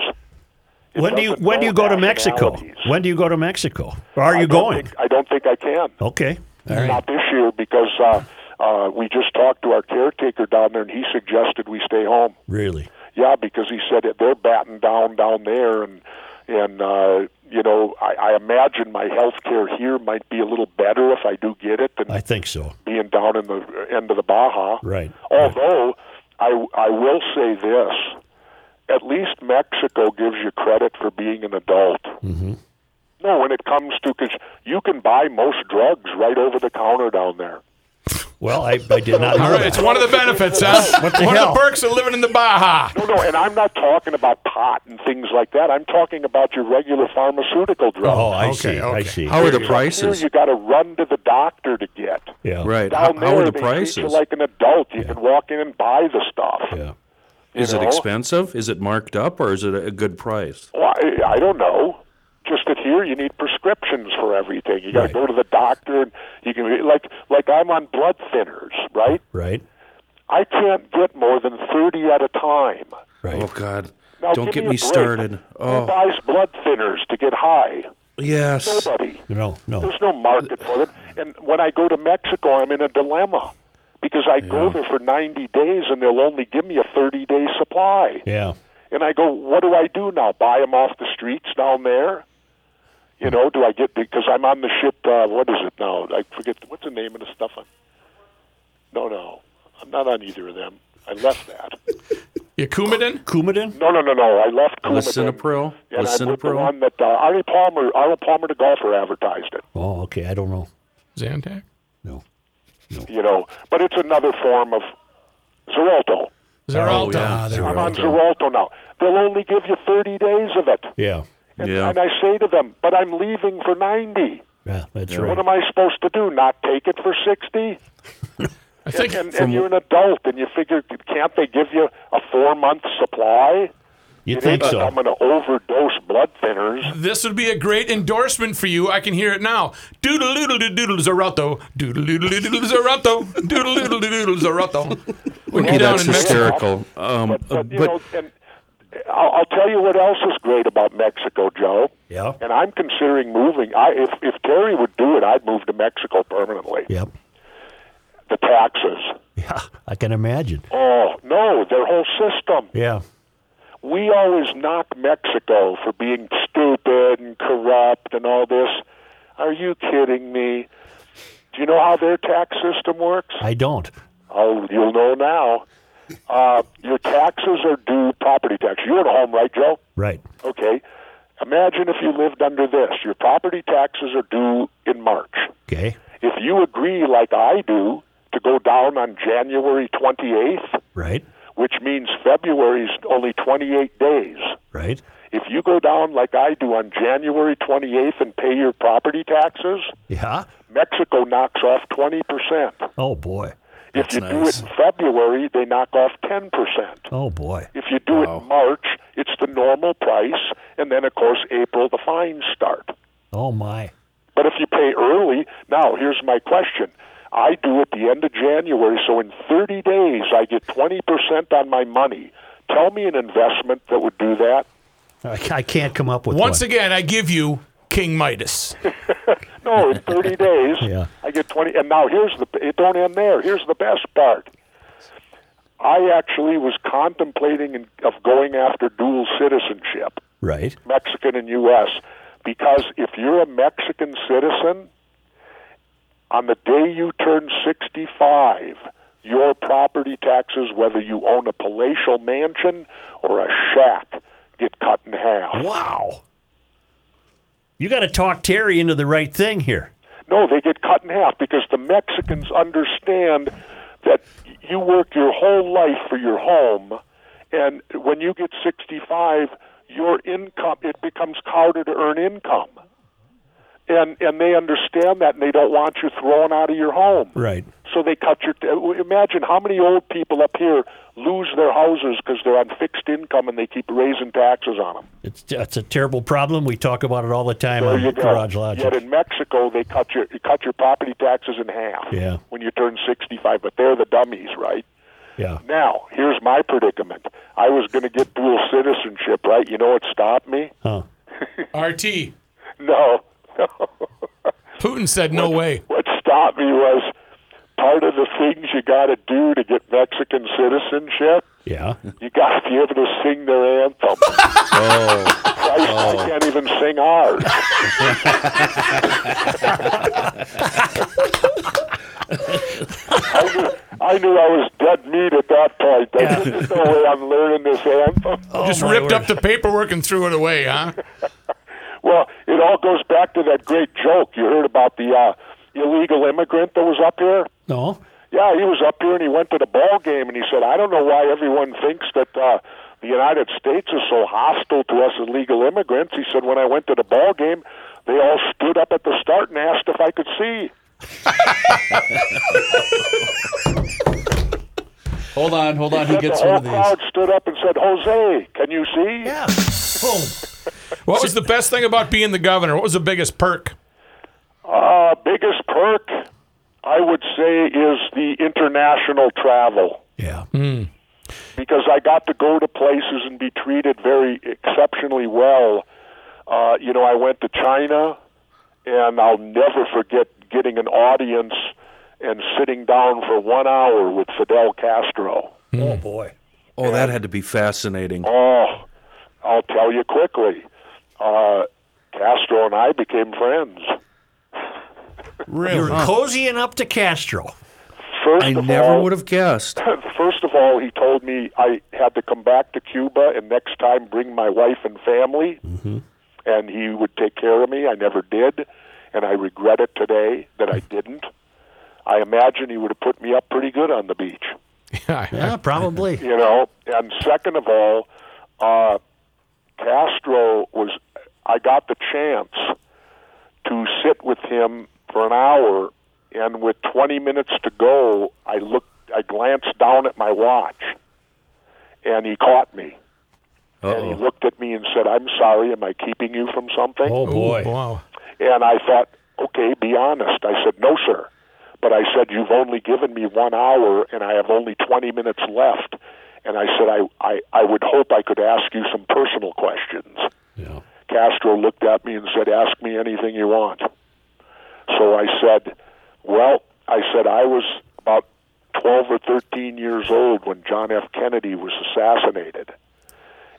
Speaker 4: It
Speaker 3: When do you
Speaker 4: doesn't
Speaker 3: When do you
Speaker 4: know
Speaker 3: go to Mexico?
Speaker 4: nationalities.
Speaker 3: When do you go to Mexico? Or are
Speaker 4: I
Speaker 3: you
Speaker 4: don't
Speaker 3: going?
Speaker 4: think- I don't think I can.
Speaker 3: Okay. All right.
Speaker 4: Not this year because uh, uh, we just talked to our caretaker down there, and he suggested we stay home.
Speaker 3: Really.
Speaker 4: Yeah, because he said that they're batting down down there, and and uh, you know, I, I imagine my health care here might be a little better if I do get it than
Speaker 3: I think so.
Speaker 4: being down in the end of the Baja.
Speaker 3: Right.
Speaker 4: Although I I will say this, at least Mexico gives you credit for being an adult. Mm-hmm. No, when it comes to because you can buy most drugs right over the counter down there.
Speaker 3: Well, I, I did not
Speaker 5: All
Speaker 3: know
Speaker 5: right, it's
Speaker 3: that.
Speaker 5: one of the benefits, huh?
Speaker 3: What the
Speaker 5: one
Speaker 3: hell?
Speaker 5: of the perks of living in the Baja.
Speaker 4: No, no, and I'm not talking about pot and things like that. I'm talking about your regular pharmaceutical drugs.
Speaker 3: Oh, I
Speaker 5: Okay,
Speaker 3: see. I
Speaker 5: okay.
Speaker 3: see.
Speaker 6: How are the
Speaker 4: Here
Speaker 6: prices?
Speaker 4: you got to run to the doctor to get.
Speaker 3: yeah.
Speaker 6: Right. How,
Speaker 4: Down there,
Speaker 6: how are the
Speaker 4: they treat you
Speaker 6: prices?
Speaker 4: like an adult. You can walk in and buy the stuff.
Speaker 3: Yeah.
Speaker 6: Is it
Speaker 4: know?
Speaker 6: expensive? Is it marked up or is it a good price?
Speaker 4: Well, I, I don't know. Just that here you need prescriptions for everything. You got
Speaker 3: Right.
Speaker 4: to go to the doctor, and you can like like I'm on blood thinners, right?
Speaker 3: Right.
Speaker 4: I can't get more than thirty at a time.
Speaker 3: Right.
Speaker 6: Oh, God.
Speaker 4: Now,
Speaker 6: Don't
Speaker 4: give
Speaker 6: get
Speaker 4: a
Speaker 6: me
Speaker 4: break.
Speaker 6: started.
Speaker 4: Who
Speaker 6: Oh,
Speaker 4: buys blood thinners to get high?
Speaker 6: yes.
Speaker 4: Nobody.
Speaker 3: No. No.
Speaker 4: There's no market for it. And when I go to Mexico, I'm in a dilemma because I go there for 90 days and they'll only give me a 30 day supply.
Speaker 3: Yeah.
Speaker 4: And I go, what do I do now? Buy them off the streets down there? You know, do I get because I'm on the ship? Uh, what is it now? I forget what's the name of the stuff. I'm, no, no, I'm not on either of them. I left that.
Speaker 5: Yakumadin?
Speaker 3: Coumadin.
Speaker 4: No, no, no, no. I left. Coumadin.
Speaker 6: Lisinopril?
Speaker 4: And I'm with the
Speaker 6: Lisinopril?
Speaker 4: one that uh, Arnie Palmer, Arnold Palmer, the golfer, advertised it.
Speaker 3: Oh, okay. I don't know.
Speaker 5: Zantac?
Speaker 3: No.
Speaker 4: you know. But it's another form of Xarelto.
Speaker 5: Xarelto.
Speaker 6: yeah.
Speaker 5: Ah, there we
Speaker 4: I'm
Speaker 5: go.
Speaker 4: on Xarelto now. They'll only give you 30 days of it.
Speaker 3: Yeah.
Speaker 4: And,
Speaker 6: Yeah.
Speaker 4: and I say to them, but I'm leaving for 90.
Speaker 3: Yeah. That's
Speaker 4: What
Speaker 3: right.
Speaker 4: am I supposed to do? Not take it for 60?
Speaker 5: I
Speaker 4: And,
Speaker 5: think
Speaker 4: and, and you're an adult, and you figure, can't they give you a four month supply?
Speaker 3: You
Speaker 4: It ain't
Speaker 3: think
Speaker 4: like I'm
Speaker 3: so?
Speaker 4: going to overdose blood thinners.
Speaker 5: This would be a great endorsement for you. I can hear it now. Doodle doodle doodle doodle Zarato. Doodle doodle doodle Zarato. Doodle doodle doodle Zarato. When you're down
Speaker 6: That's
Speaker 5: in Mexico.
Speaker 6: hysterical. Um,
Speaker 4: But, but, you
Speaker 6: but-
Speaker 4: know, and I'll, I'll tell you what else is great about Mexico, Joe.
Speaker 3: Yeah.
Speaker 4: And I'm considering moving. I, if if Terry would do it, I'd move to Mexico permanently.
Speaker 3: Yep.
Speaker 4: The taxes.
Speaker 3: Yeah. I can imagine.
Speaker 4: Oh no, their whole system.
Speaker 3: Yeah.
Speaker 4: We always knock Mexico for being stupid and corrupt and all this. Are you kidding me? Do you know how their tax system works?
Speaker 3: I don't.
Speaker 4: Oh, you'll know now. Uh, your taxes are due property tax. You own a home, right, Joe?
Speaker 3: Right.
Speaker 4: Okay. Imagine if you lived under this. Your property taxes are due in March,
Speaker 3: Okay.
Speaker 4: If you agree, like I do, to go down on January 28th,
Speaker 3: Right.
Speaker 4: which means February's only 28 days,
Speaker 3: Right.
Speaker 4: if you go down like I do on January 28th and pay your property taxes,
Speaker 3: Yeah.
Speaker 4: Mexico knocks off 20%.
Speaker 3: Oh boy.
Speaker 4: If you do it in February, they knock off 10%.
Speaker 3: Oh boy.
Speaker 4: If you do it in March, it's the normal price, and then, of course, April, the fines start.
Speaker 3: Oh my.
Speaker 4: But if you pay early, now here's my question. I do at the end of January, so in 30 days I get 20% on my money. Tell me an investment that would do that.
Speaker 3: I, I can't come up with
Speaker 5: Once
Speaker 3: one.
Speaker 5: again, I give you King Midas.
Speaker 4: No, in 30 days
Speaker 3: Yeah.
Speaker 4: I get 20. And now here's the it don't end there. Here's the best part. I actually was contemplating in, of going after dual citizenship.
Speaker 3: Right.
Speaker 4: Mexican and U.S. Because if you're a Mexican citizen, on the day you turn 65, your property taxes, whether you own a palatial mansion or a shack, get cut in half.
Speaker 3: Wow. You got to talk Terry into the right thing here.
Speaker 4: No, they get cut in half because the Mexicans understand that you work your whole life for your home, and when you get 65, your income it becomes counted to earn income, and and they understand that, and they don't want you thrown out of your home.
Speaker 3: Right.
Speaker 4: So they cut your. Imagine how many old people up here lose their houses because they're on fixed income and they keep raising taxes on them.
Speaker 3: It's that's a terrible problem. We talk about it all the time
Speaker 4: There
Speaker 3: on
Speaker 4: you go.
Speaker 3: Garage Logic.
Speaker 4: Yet in Mexico, they cut your you cut your property taxes in half.
Speaker 3: Yeah.
Speaker 4: When you turn sixty five, but they're the dummies, right?
Speaker 3: yeah.
Speaker 4: Now here's my predicament. I was going to get dual citizenship, right? You know what stopped me?
Speaker 3: Huh.
Speaker 5: RT.
Speaker 4: No.
Speaker 5: Putin said no way.
Speaker 4: What stopped me was part of the things you got to do to get Mexican citizenship.
Speaker 3: Yeah.
Speaker 4: You got to be able to sing their anthem. Christ, I can't even sing ours. I, knew, I knew I was dead meat at that point. I said, There's no way I'm learning this anthem.
Speaker 5: Just
Speaker 3: my
Speaker 5: ripped
Speaker 3: word.
Speaker 5: up the paperwork and threw it away, huh?
Speaker 4: Well, it all goes back to that great joke you heard about the uh, illegal immigrant that was up here.
Speaker 3: No.
Speaker 4: Yeah, he was up here and he went to the ball game and he said, "I don't know why everyone thinks that uh, the United States is so hostile to us illegal immigrants." He said, "When I went to the ball game, they all stood up at the start and asked if I could see."
Speaker 6: Hold on, hold on. Who
Speaker 4: Said
Speaker 6: gets
Speaker 4: the
Speaker 6: one
Speaker 4: whole
Speaker 6: of these?
Speaker 4: crowd stood up and said, "Jose, can you see?"
Speaker 3: Yeah. Boom.
Speaker 5: What was the best thing about being the governor? What was the biggest perk?
Speaker 4: Uh, biggest perk, I would say, is the international travel.
Speaker 3: Yeah.
Speaker 6: Hmm.
Speaker 4: because I got to go to places and be treated very exceptionally well. Uh, you know, I went to China, and I'll never forget getting an audience and sitting down for one hour with Fidel Castro.
Speaker 3: Oh boy.
Speaker 6: Oh, that had to be fascinating.
Speaker 4: Oh, I'll tell you quickly. Uh, Castro and I became friends.
Speaker 3: You're cozying up to Castro.
Speaker 4: First
Speaker 6: I
Speaker 4: of
Speaker 6: never
Speaker 4: all,
Speaker 6: would have guessed.
Speaker 4: First of all, he told me I had to come back to Cuba and next time bring my wife and family, and he would take care of me. I never did, and I regret it today that I didn't. I imagine he would have put me up pretty good on the beach,
Speaker 3: Yeah, probably.
Speaker 4: you know. And second of all, uh, Castro was. I got the chance to sit with him for an hour, and with 20 minutes to go, I looked. I glanced down at my watch, and he caught me. And he looked at me and said, "I'm sorry. Am I keeping you from something?"
Speaker 3: Oh boy.
Speaker 5: Wow.
Speaker 4: And I thought, okay, be honest. I said, no, sir. But I said, you've only given me one hour and I have only 20 minutes left. And I said, I, I, I would hope I could ask you some personal questions.
Speaker 3: Yeah.
Speaker 4: Castro looked at me and said, ask me anything you want. So I said, well, I said, I was about 12 or 13 years old when John F. Kennedy was assassinated.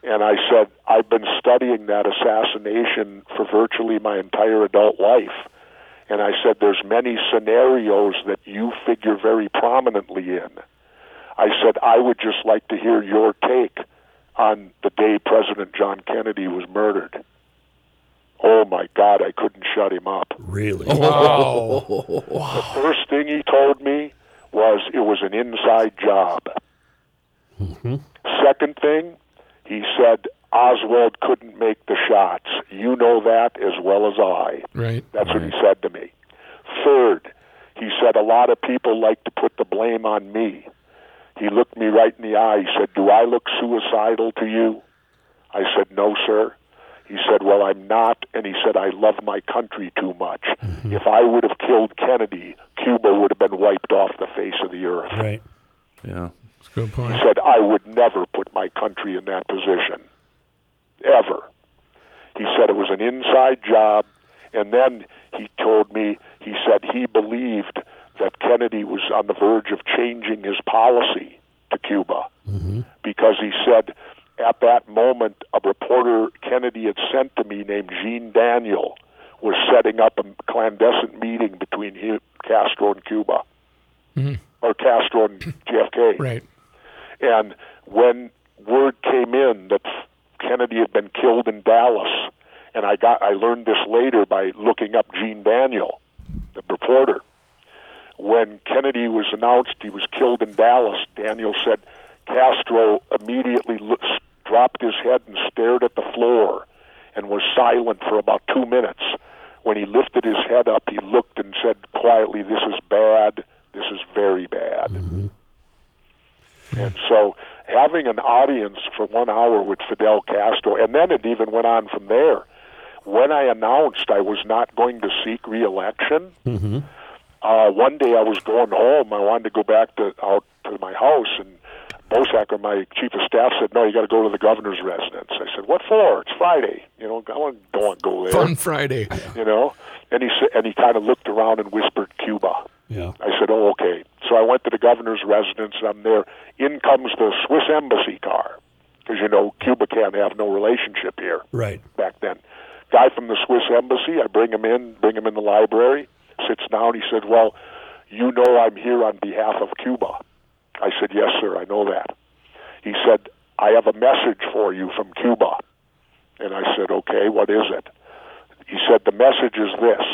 Speaker 4: And I said, I've been studying that assassination for virtually my entire adult life. And I said, there's many scenarios that you figure very prominently in. I said, I would just like to hear your take on the day President John Kennedy was murdered. Oh my God, I couldn't shut him up.
Speaker 3: Really?
Speaker 5: Wow.
Speaker 4: The first thing he told me was it was an inside job. Second thing, he said Oswald couldn't make the shots. You know that as well as I.
Speaker 5: Right.
Speaker 4: That's what he said to me. Third, he said a lot of people like to put the blame on me. He looked me right in the eye. He said, Do I look suicidal to you? I said, No, sir. He said, Well, I'm not. And he said, I love my country too much. If I would have killed Kennedy, Cuba would have been wiped off the face of the earth.
Speaker 3: Right.
Speaker 6: Yeah.
Speaker 5: That's a good point.
Speaker 4: He said, I would never put my country in that position. Ever. He said it was an inside job. And then he told me, he said he believed that Kennedy was on the verge of changing his policy to Cuba
Speaker 5: Mm-hmm.
Speaker 4: because he said at that moment a reporter Kennedy had sent to me named Jean Daniel was setting up a clandestine meeting between him, Castro and Cuba or Castro and JFK.
Speaker 5: Mm-hmm. Right.
Speaker 4: And when word came in that Kennedy had been killed in Dallas, and I got I learned this later by looking up Gene Daniel, the reporter. When Kennedy was announced he was killed in Dallas, Daniel said Castro immediately lo- s dropped his head and stared at the floor and was silent for about two minutes. When he lifted his head up, he looked and said quietly, This is bad. This is very bad. And so having an audience for one hour with Fidel Castro, and then it even went on from there. When I announced I was not going to seek reelection, uh, one day I was going home. I wanted to go back to out to my house, and Bosacker, my chief of staff, said, "No, you got to go to the governor's residence." I said, "What for? It's Friday. You know, I want don't want to go there."
Speaker 5: Fun Friday.
Speaker 4: You know, and he said, and he kind of looked around and whispered, "Cuba."
Speaker 3: Yeah.
Speaker 4: I said, "Oh, okay." So I went to the governor's residence, and I'm there. In comes the Swiss embassy car, because you know Cuba can't have no relationship here
Speaker 3: Right.
Speaker 4: back then. Guy from the Swiss embassy, I bring him in, bring him in the library, sits down. He said, "Well, you know I'm here on behalf of Cuba." I said, "Yes, sir, I know that." He said, "I have a message for you from Cuba," and I said, "Okay, what is it?" He said, "The message is this: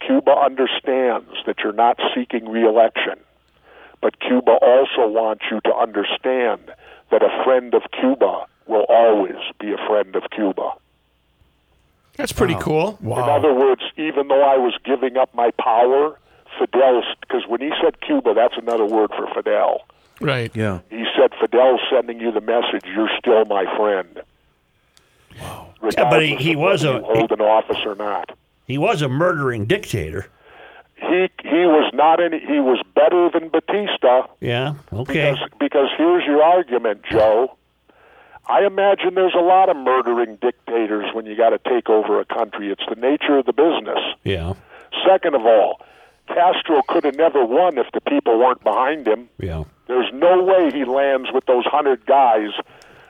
Speaker 4: Cuba understands that you're not seeking reelection." but Cuba also wants you to understand that a friend of Cuba will always be a friend of Cuba.
Speaker 5: That's pretty cool.
Speaker 4: In other words, even though I was giving up my power, Fidel, because when he said Cuba, that's another word for Fidel.
Speaker 5: Right.
Speaker 6: Yeah.
Speaker 4: He said, Fidel's sending you the message, you're still my friend. Wow.
Speaker 3: Yeah, but he- he was a-
Speaker 4: Hold an office or not.
Speaker 3: He was a murdering dictator.
Speaker 4: He, he was not any, he was better than Batista.
Speaker 3: Yeah. Okay.
Speaker 4: Because, because here's your argument, Joe. I imagine there's a lot of murdering dictators when you got to take over a country. It's the nature of the business.
Speaker 3: Yeah.
Speaker 4: Second of all, Castro could have never won if the people weren't behind him.
Speaker 3: Yeah.
Speaker 4: There's no way he lands with those hundred guys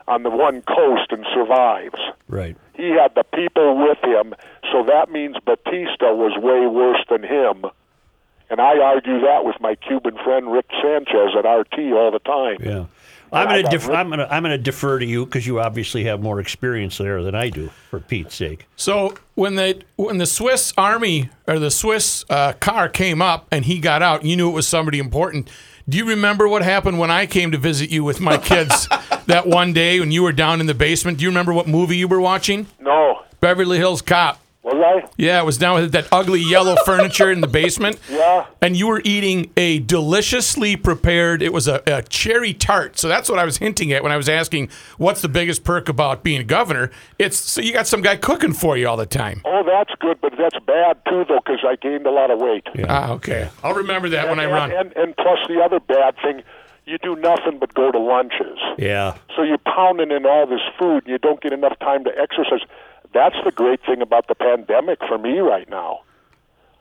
Speaker 4: on the one coast and survives.
Speaker 3: Right.
Speaker 4: He had the people with him, so that means Batista was way worse than him. And I argue that with my Cuban friend Rick Sanchez at RT all the time.
Speaker 3: Yeah. I'm
Speaker 4: I
Speaker 3: gonna
Speaker 4: got
Speaker 3: def-
Speaker 4: rid-
Speaker 3: I'm gonna I'm gonna defer to you because you obviously have more experience there than I do. For Pete's sake.
Speaker 5: So when the when the Swiss army or the Swiss uh, car came up and he got out, you knew it was somebody important. Do you remember what happened when I came to visit you with my kids that one day when you were down in the basement? Do you remember what movie you were watching?
Speaker 4: No,
Speaker 5: Beverly Hills Cop.
Speaker 4: was I?
Speaker 5: Yeah, it was down with that ugly yellow furniture in the basement.
Speaker 4: Yeah.
Speaker 5: And you were eating a deliciously prepared, it was a, a cherry tart. So that's what I was hinting at when I was asking, what's the biggest perk about being a governor? It's so you got some guy cooking for you all the time.
Speaker 4: Oh, that's good, but that's bad too, though, because I gained a lot of weight.
Speaker 5: Ah, okay. I'll remember that when I
Speaker 4: and,
Speaker 5: run.
Speaker 4: And, and plus the other bad thing, you do nothing but go to lunches.
Speaker 3: Yeah.
Speaker 4: So you're pounding in all this food, and you don't get enough time to exercise. That's the great thing about the pandemic for me right now.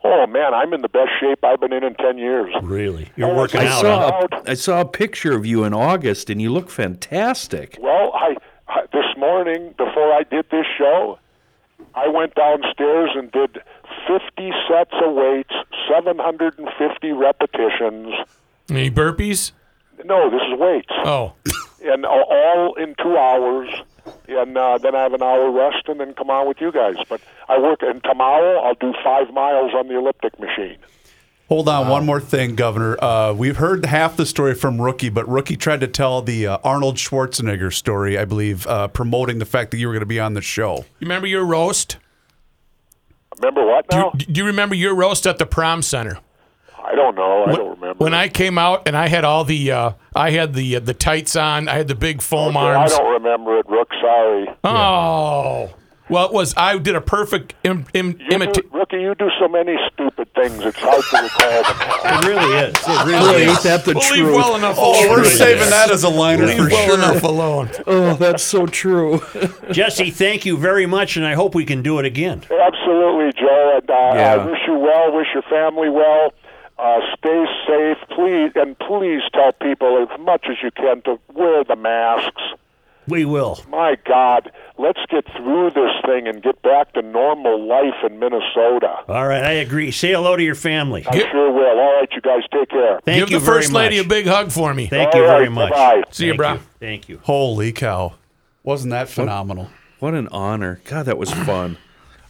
Speaker 4: Oh man, I'm in the best shape I've been in in ten years.
Speaker 3: Really. You're
Speaker 4: Oh,
Speaker 3: working
Speaker 4: I
Speaker 3: out.
Speaker 4: saw-
Speaker 3: huh?
Speaker 4: huh?
Speaker 6: I saw, a, I saw a picture of you in August, and you look fantastic.
Speaker 4: Well, I, I this morning before I did this show, I went downstairs and did 50 sets of weights, 750 repetitions.
Speaker 5: Any burpees?
Speaker 4: No, this is weights,
Speaker 5: Oh,
Speaker 4: and all in two hours. and uh, then I have an hour rest, and then come on with you guys. But I work, and tomorrow I'll do five miles on the elliptic machine.
Speaker 2: Hold on, one more thing, Governor. Uh, we've heard half the story from Rookie, but Rookie tried to tell the uh, Arnold Schwarzenegger story, I believe, uh, promoting the fact that you were going to be on the show.
Speaker 5: You remember your roast?
Speaker 4: Remember what
Speaker 5: Do
Speaker 4: now?
Speaker 5: you, do you remember your roast at the prom center?
Speaker 4: I don't know. I don't remember.
Speaker 5: When I came out and I had all the, uh, I had the uh, the tights on, I had the big foam
Speaker 4: Yeah, I
Speaker 5: arms.
Speaker 4: don't remember it, Rook. Sorry.
Speaker 5: Oh, well, it was I did a perfect Im- Im-
Speaker 4: You
Speaker 5: imita-
Speaker 4: do, Rookie, you do so many stupid things, it's hard to recall them.
Speaker 3: It really is. It really
Speaker 6: Boy, ain't that the
Speaker 5: We'll leave
Speaker 6: truth?
Speaker 5: well enough.
Speaker 2: Oh,
Speaker 5: alone.
Speaker 2: we're saving that as a liner
Speaker 5: Leave
Speaker 2: for
Speaker 5: well
Speaker 2: sure.
Speaker 5: enough alone.
Speaker 6: Oh, that's so true.
Speaker 3: Jesse, thank you very much, and I hope we can do it again.
Speaker 4: Absolutely, Joe. And, uh,
Speaker 6: Yeah.
Speaker 4: I wish you well. Wish your family well. Uh, stay safe, please, and please tell people as much as you can to wear the masks.
Speaker 3: We will.
Speaker 4: My God, let's get through this thing and get back to normal life in Minnesota.
Speaker 3: All right, I agree. Say hello to your family.
Speaker 4: I sure will. All right, you guys, take care.
Speaker 3: Thank
Speaker 5: Give
Speaker 3: you
Speaker 5: the first
Speaker 3: very
Speaker 5: lady a
Speaker 3: much.
Speaker 5: big hug for me.
Speaker 3: Thank
Speaker 4: All
Speaker 3: you
Speaker 4: right,
Speaker 3: very much.
Speaker 4: bye-bye.
Speaker 5: See you,
Speaker 3: Thank
Speaker 5: bro.
Speaker 3: Thank you.
Speaker 2: Holy cow. Wasn't that phenomenal?
Speaker 6: What an honor. God, that was fun.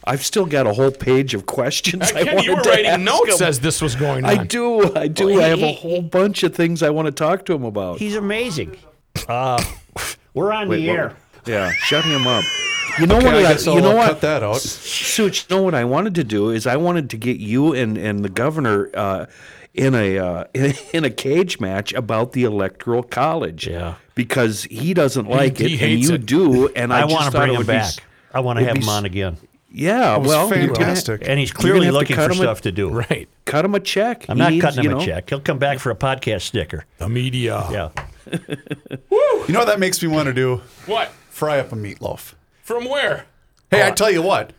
Speaker 6: I've still got a whole page of questions I,
Speaker 5: Ken,
Speaker 6: wanted
Speaker 5: you were
Speaker 6: to
Speaker 5: writing
Speaker 6: ask
Speaker 5: notes
Speaker 6: him.
Speaker 5: as this was going on.
Speaker 6: I do. I do. I have a whole bunch of things I want to talk to him about.
Speaker 3: He's amazing. Uh, we're on
Speaker 6: Wait,
Speaker 3: the
Speaker 6: what-
Speaker 3: air.
Speaker 6: Yeah, shut him up. You know
Speaker 2: Okay,
Speaker 6: what?
Speaker 2: I
Speaker 6: I-
Speaker 2: guess
Speaker 6: you know
Speaker 2: I'll uh,
Speaker 6: what?
Speaker 2: cut that out.
Speaker 6: Suits, you know what I wanted to do is I wanted to get you and, and the governor uh, in a uh, in a cage match about the electoral college.
Speaker 3: Yeah.
Speaker 6: because he doesn't like
Speaker 5: he
Speaker 6: it, and
Speaker 5: hates
Speaker 6: you
Speaker 5: it.
Speaker 6: do. And
Speaker 3: I
Speaker 6: I, just
Speaker 3: want to
Speaker 6: thought
Speaker 3: bring
Speaker 6: it
Speaker 3: him
Speaker 6: would be
Speaker 3: back.
Speaker 6: s-
Speaker 3: I want to
Speaker 6: would
Speaker 3: have
Speaker 6: be
Speaker 3: him
Speaker 6: s-
Speaker 3: on again.
Speaker 6: Yeah,
Speaker 2: It was
Speaker 6: well, you're gonna-
Speaker 2: fantastic.
Speaker 3: And he's
Speaker 6: You're gonna
Speaker 3: clearly
Speaker 6: have to
Speaker 3: looking
Speaker 6: cut
Speaker 3: for
Speaker 6: him a-
Speaker 3: stuff to do.
Speaker 5: right.
Speaker 6: cut him a check.
Speaker 3: I'm
Speaker 6: He
Speaker 3: not
Speaker 6: needs,
Speaker 3: cutting
Speaker 6: you
Speaker 3: him a
Speaker 6: know-
Speaker 3: check. He'll come back for a podcast sticker.
Speaker 5: The media.
Speaker 3: Yeah.
Speaker 2: You know what that makes me want to do?
Speaker 5: What?
Speaker 2: Fry up a meatloaf.
Speaker 5: From where?
Speaker 2: Hey, I tell you what,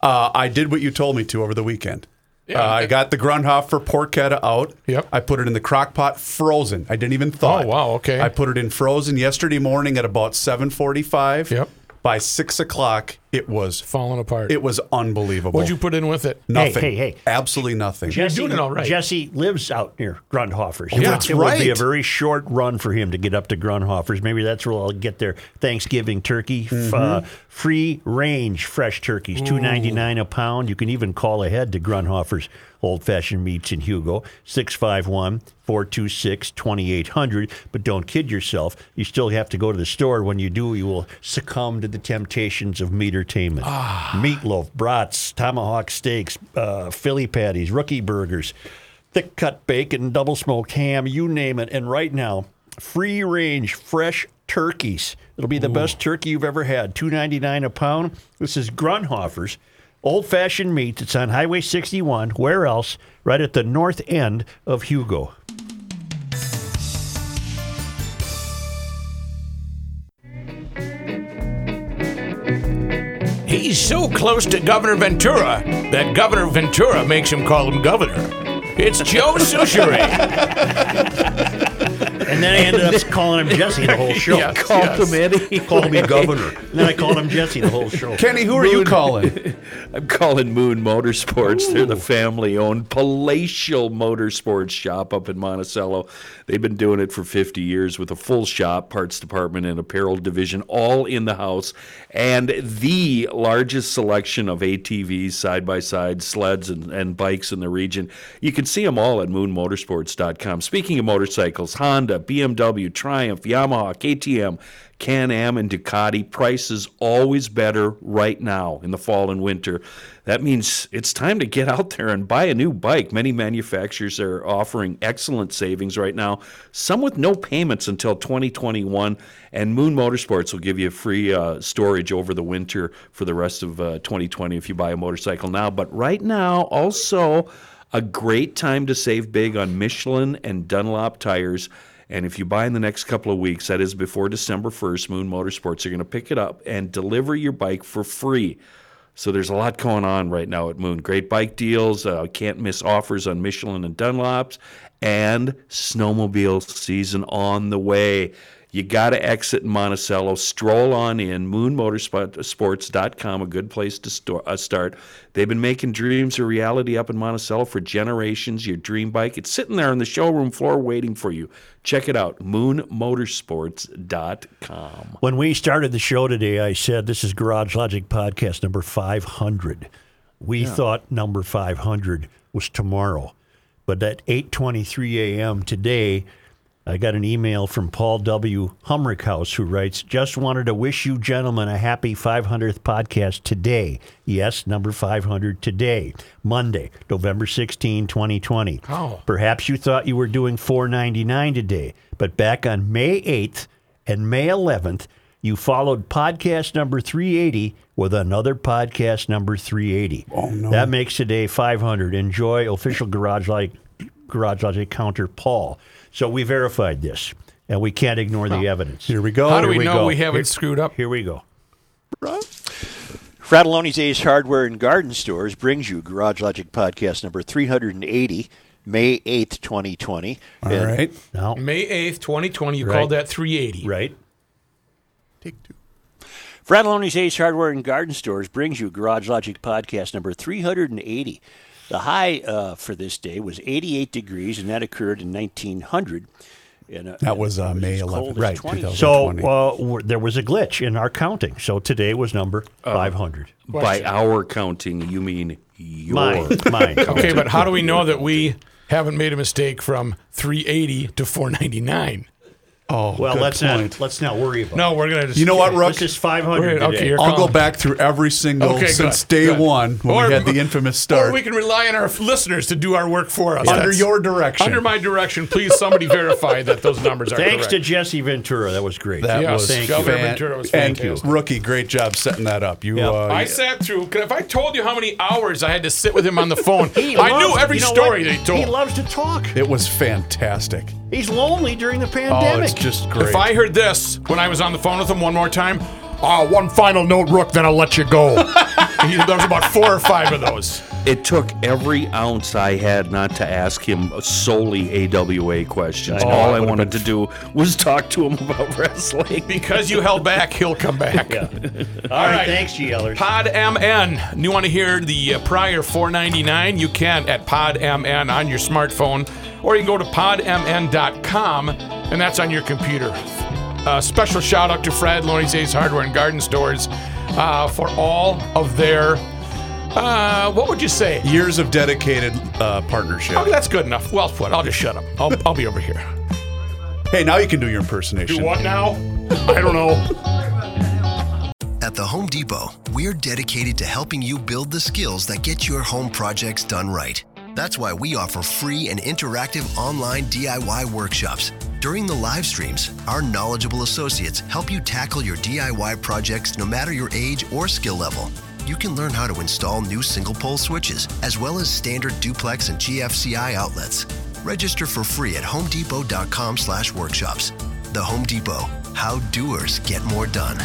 Speaker 2: uh, I did what you told me to over the weekend.
Speaker 5: Yeah.
Speaker 2: Uh, I got the Grunhofer porchetta out.
Speaker 5: Yep.
Speaker 2: I put it in the crock pot, frozen. I didn't even thaw.
Speaker 5: Oh,
Speaker 2: it.
Speaker 5: wow, okay.
Speaker 2: I put it in frozen yesterday morning at about seven forty-five.
Speaker 5: Yep.
Speaker 2: By six o'clock, it was
Speaker 5: Falling apart.
Speaker 2: it was unbelievable.
Speaker 5: What'd you put in with it?
Speaker 2: Nothing.
Speaker 3: Hey, hey, hey.
Speaker 2: Absolutely nothing.
Speaker 3: Jesse,
Speaker 5: doing it all right.
Speaker 3: Jesse lives out near Grunhofer's.
Speaker 5: Oh, Yeah, that's
Speaker 3: it would be a
Speaker 2: right.
Speaker 3: very short run for him to get up to Grunhofer's. Maybe that's where I'll get their Thanksgiving turkey, f-
Speaker 5: Mm-hmm.
Speaker 3: uh, free range fresh turkeys, two ninety nine a pound. You can even call ahead to Grunhofer's Old Fashioned Meats in Hugo, 651 426 2800. But don't kid yourself. You still have to go to the store. When you do, you will succumb to the temptations of meatertainment.
Speaker 5: Ah.
Speaker 3: Meatloaf, brats, tomahawk steaks, uh, Philly patties, rookie burgers thick cut bacon, double smoked ham, you name it. And right now, free range fresh turkeys. It'll be the best turkey you've ever had. Two ninety nine a pound. This is Grunhofer's Old Fashioned Meats. It's on Highway sixty one. Where else? Right at the north end of Hugo.
Speaker 5: He's so close to Governor Ventura that Governor Ventura makes him call him governor. It's Joe Sushere.
Speaker 3: And then I ended up calling him Jesse the whole show.
Speaker 5: Yeah.
Speaker 6: Call
Speaker 5: Yes.
Speaker 6: him Eddie.
Speaker 3: Called me governor. And then I called him Jesse the whole show.
Speaker 2: Kenny, who are you calling?
Speaker 6: I'm calling Moon Motorsports. They're the family owned palatial motorsports shop up in Monticello. They've been doing it for 50 years with a full shop, parts department, and apparel division all in the house, and the largest selection of ATVs, side by side, sleds, and, and bikes in the region. You can see them all at moonmotorsports.com. Speaking of motorcycles, Honda, BMW, Triumph, Yamaha, KTM, Can Am and Ducati prices always better right now in the fall and winter. That means it's time to get out there and buy a new bike. Many manufacturers are offering excellent savings right now, some with no payments until 2021. And Moon Motorsports will give you free uh, storage over the winter for the rest of uh, 2020 if you buy a motorcycle now. But right now, also, a great time to save big on Michelin and Dunlop tires. And if you buy in the next couple of weeks, that is before December 1st, Moon Motorsports are going to pick it up and deliver your bike for free. So there's a lot going on right now at Moon. Great bike deals, uh, can't miss offers on Michelin and Dunlops, and snowmobile season on the way. You got to exit Monticello. Stroll on in. uh, MoonMotorsports.com, a good place to store, uh, start. They've been making dreams a reality up in Monticello for generations. Your dream bike, it's sitting there on the showroom floor waiting for you. Check it out. MoonMotorsports.com.
Speaker 3: When we started the show today, I said this is Garage Logic podcast number 500. We thought number 500 was tomorrow, but at 8:23 a.m. today, I got an email from Paul W. Humrickhouse who writes, "Just wanted to wish you gentlemen a happy 500th podcast today. Yes, number 500 today, Monday, November 16, 2020.
Speaker 5: Wow.
Speaker 3: Perhaps you thought you were doing 499 today, but back on May 8th and May 11th, you followed podcast number 380 with another podcast number 380. Oh, no. That makes today 500. Enjoy official Garage Logic, Garage Logic counter Paul. So we verified this, and we can't ignore the evidence.
Speaker 2: Here we go.
Speaker 5: How do
Speaker 2: Here
Speaker 5: we, know
Speaker 2: go.
Speaker 5: we haven't screwed up?
Speaker 3: Here we go.
Speaker 7: Fratelloni's Ace Hardware and Garden Stores brings you Garage Logic Podcast number 380, May 8th, 2020.
Speaker 2: All
Speaker 7: And
Speaker 2: right.
Speaker 3: Now,
Speaker 5: May 8th, 2020, you
Speaker 3: Right.
Speaker 5: called that 380.
Speaker 3: right?
Speaker 2: Take two.
Speaker 7: Fratelloni's Ace Hardware and Garden Stores brings you Garage Logic Podcast number 380. The high uh, for this day was 88 degrees, and that occurred in 1900. And, uh,
Speaker 2: That was, uh,
Speaker 7: it
Speaker 2: May
Speaker 7: as cold as
Speaker 2: 11th, right,
Speaker 7: 20.
Speaker 2: 2000.
Speaker 3: So
Speaker 2: 20.
Speaker 3: uh, w- there was a glitch in our counting. So today was number
Speaker 7: Oh.
Speaker 3: 500.
Speaker 6: By our counting, you mean your.
Speaker 3: Mine, mine.
Speaker 5: Okay, but how do we know that we haven't made a mistake from 380 to 499?
Speaker 2: Oh,
Speaker 3: Well,
Speaker 2: good
Speaker 5: uh,
Speaker 3: let's
Speaker 2: point.
Speaker 3: not let's not worry about.
Speaker 5: No, we're going to just.
Speaker 2: You know what,
Speaker 3: it.
Speaker 2: Rook?
Speaker 3: This is 500
Speaker 5: Wait, okay,
Speaker 3: today.
Speaker 5: you're-
Speaker 2: I'll go
Speaker 5: column.
Speaker 2: back through every single
Speaker 5: Okay,
Speaker 2: since
Speaker 5: good,
Speaker 2: day
Speaker 5: good.
Speaker 2: one when
Speaker 5: Or-
Speaker 2: we had the infamous
Speaker 5: Or
Speaker 2: start.
Speaker 5: we can rely on our f- listeners to do our work for us.
Speaker 2: Under your direction.
Speaker 5: Under my direction, please somebody verify that those numbers are
Speaker 3: Thanks to
Speaker 5: correct.
Speaker 3: Jesse Ventura. That was great.
Speaker 2: that
Speaker 5: Yeah,
Speaker 2: was
Speaker 5: thank you. Governor
Speaker 2: fan-
Speaker 5: Ventura was
Speaker 2: and
Speaker 5: fantastic.
Speaker 2: rookie. Great job setting that up. You, uh,
Speaker 3: Oh,
Speaker 5: I sat through. 'cause If I told you how many hours I had to sit with him on the phone, I knew every
Speaker 3: You know
Speaker 5: story
Speaker 3: what?
Speaker 5: they told.
Speaker 3: He loves to talk.
Speaker 2: it was fantastic.
Speaker 3: He's lonely during the
Speaker 2: Oh,
Speaker 3: pandemic.
Speaker 2: it's just great.
Speaker 5: If I heard this when I was on the phone with him one more time, oh, one final note, Rook, then I'll let you go. he, there was about four or five of those.
Speaker 6: It took every ounce I had not to ask him solely AWA questions. All I wanted to do was talk to him about wrestling.
Speaker 5: Because you held back, he'll come back.
Speaker 3: All right,
Speaker 5: right.
Speaker 3: thanks, GLers.
Speaker 5: Pod MN. You want to hear the uh, prior 499? You can at Pod MN on your smartphone, or you can go to podmn.com, and that's on your computer. Uh, special shout out to Fred Lonnie's Ace Hardware and Garden Stores uh, for all of their, uh, what would you say?
Speaker 2: Years of dedicated uh, partnership.
Speaker 5: Okay, that's good enough. Well put. I'll just shut up. I'll, I'll be over here.
Speaker 2: Hey, now you can do your impersonation.
Speaker 5: Do what now? I don't know.
Speaker 8: At the Home Depot, we're dedicated to helping you build the skills that get your home projects done right. That's why we offer free and interactive online DIY workshops. During the live streams, our knowledgeable associates help you tackle your DIY projects no matter your age or skill level. You can learn how to install new single pole switches, as well as standard duplex and GFCI outlets. Register for free at homedepot.com slash workshops. The Home Depot, how doers get more done.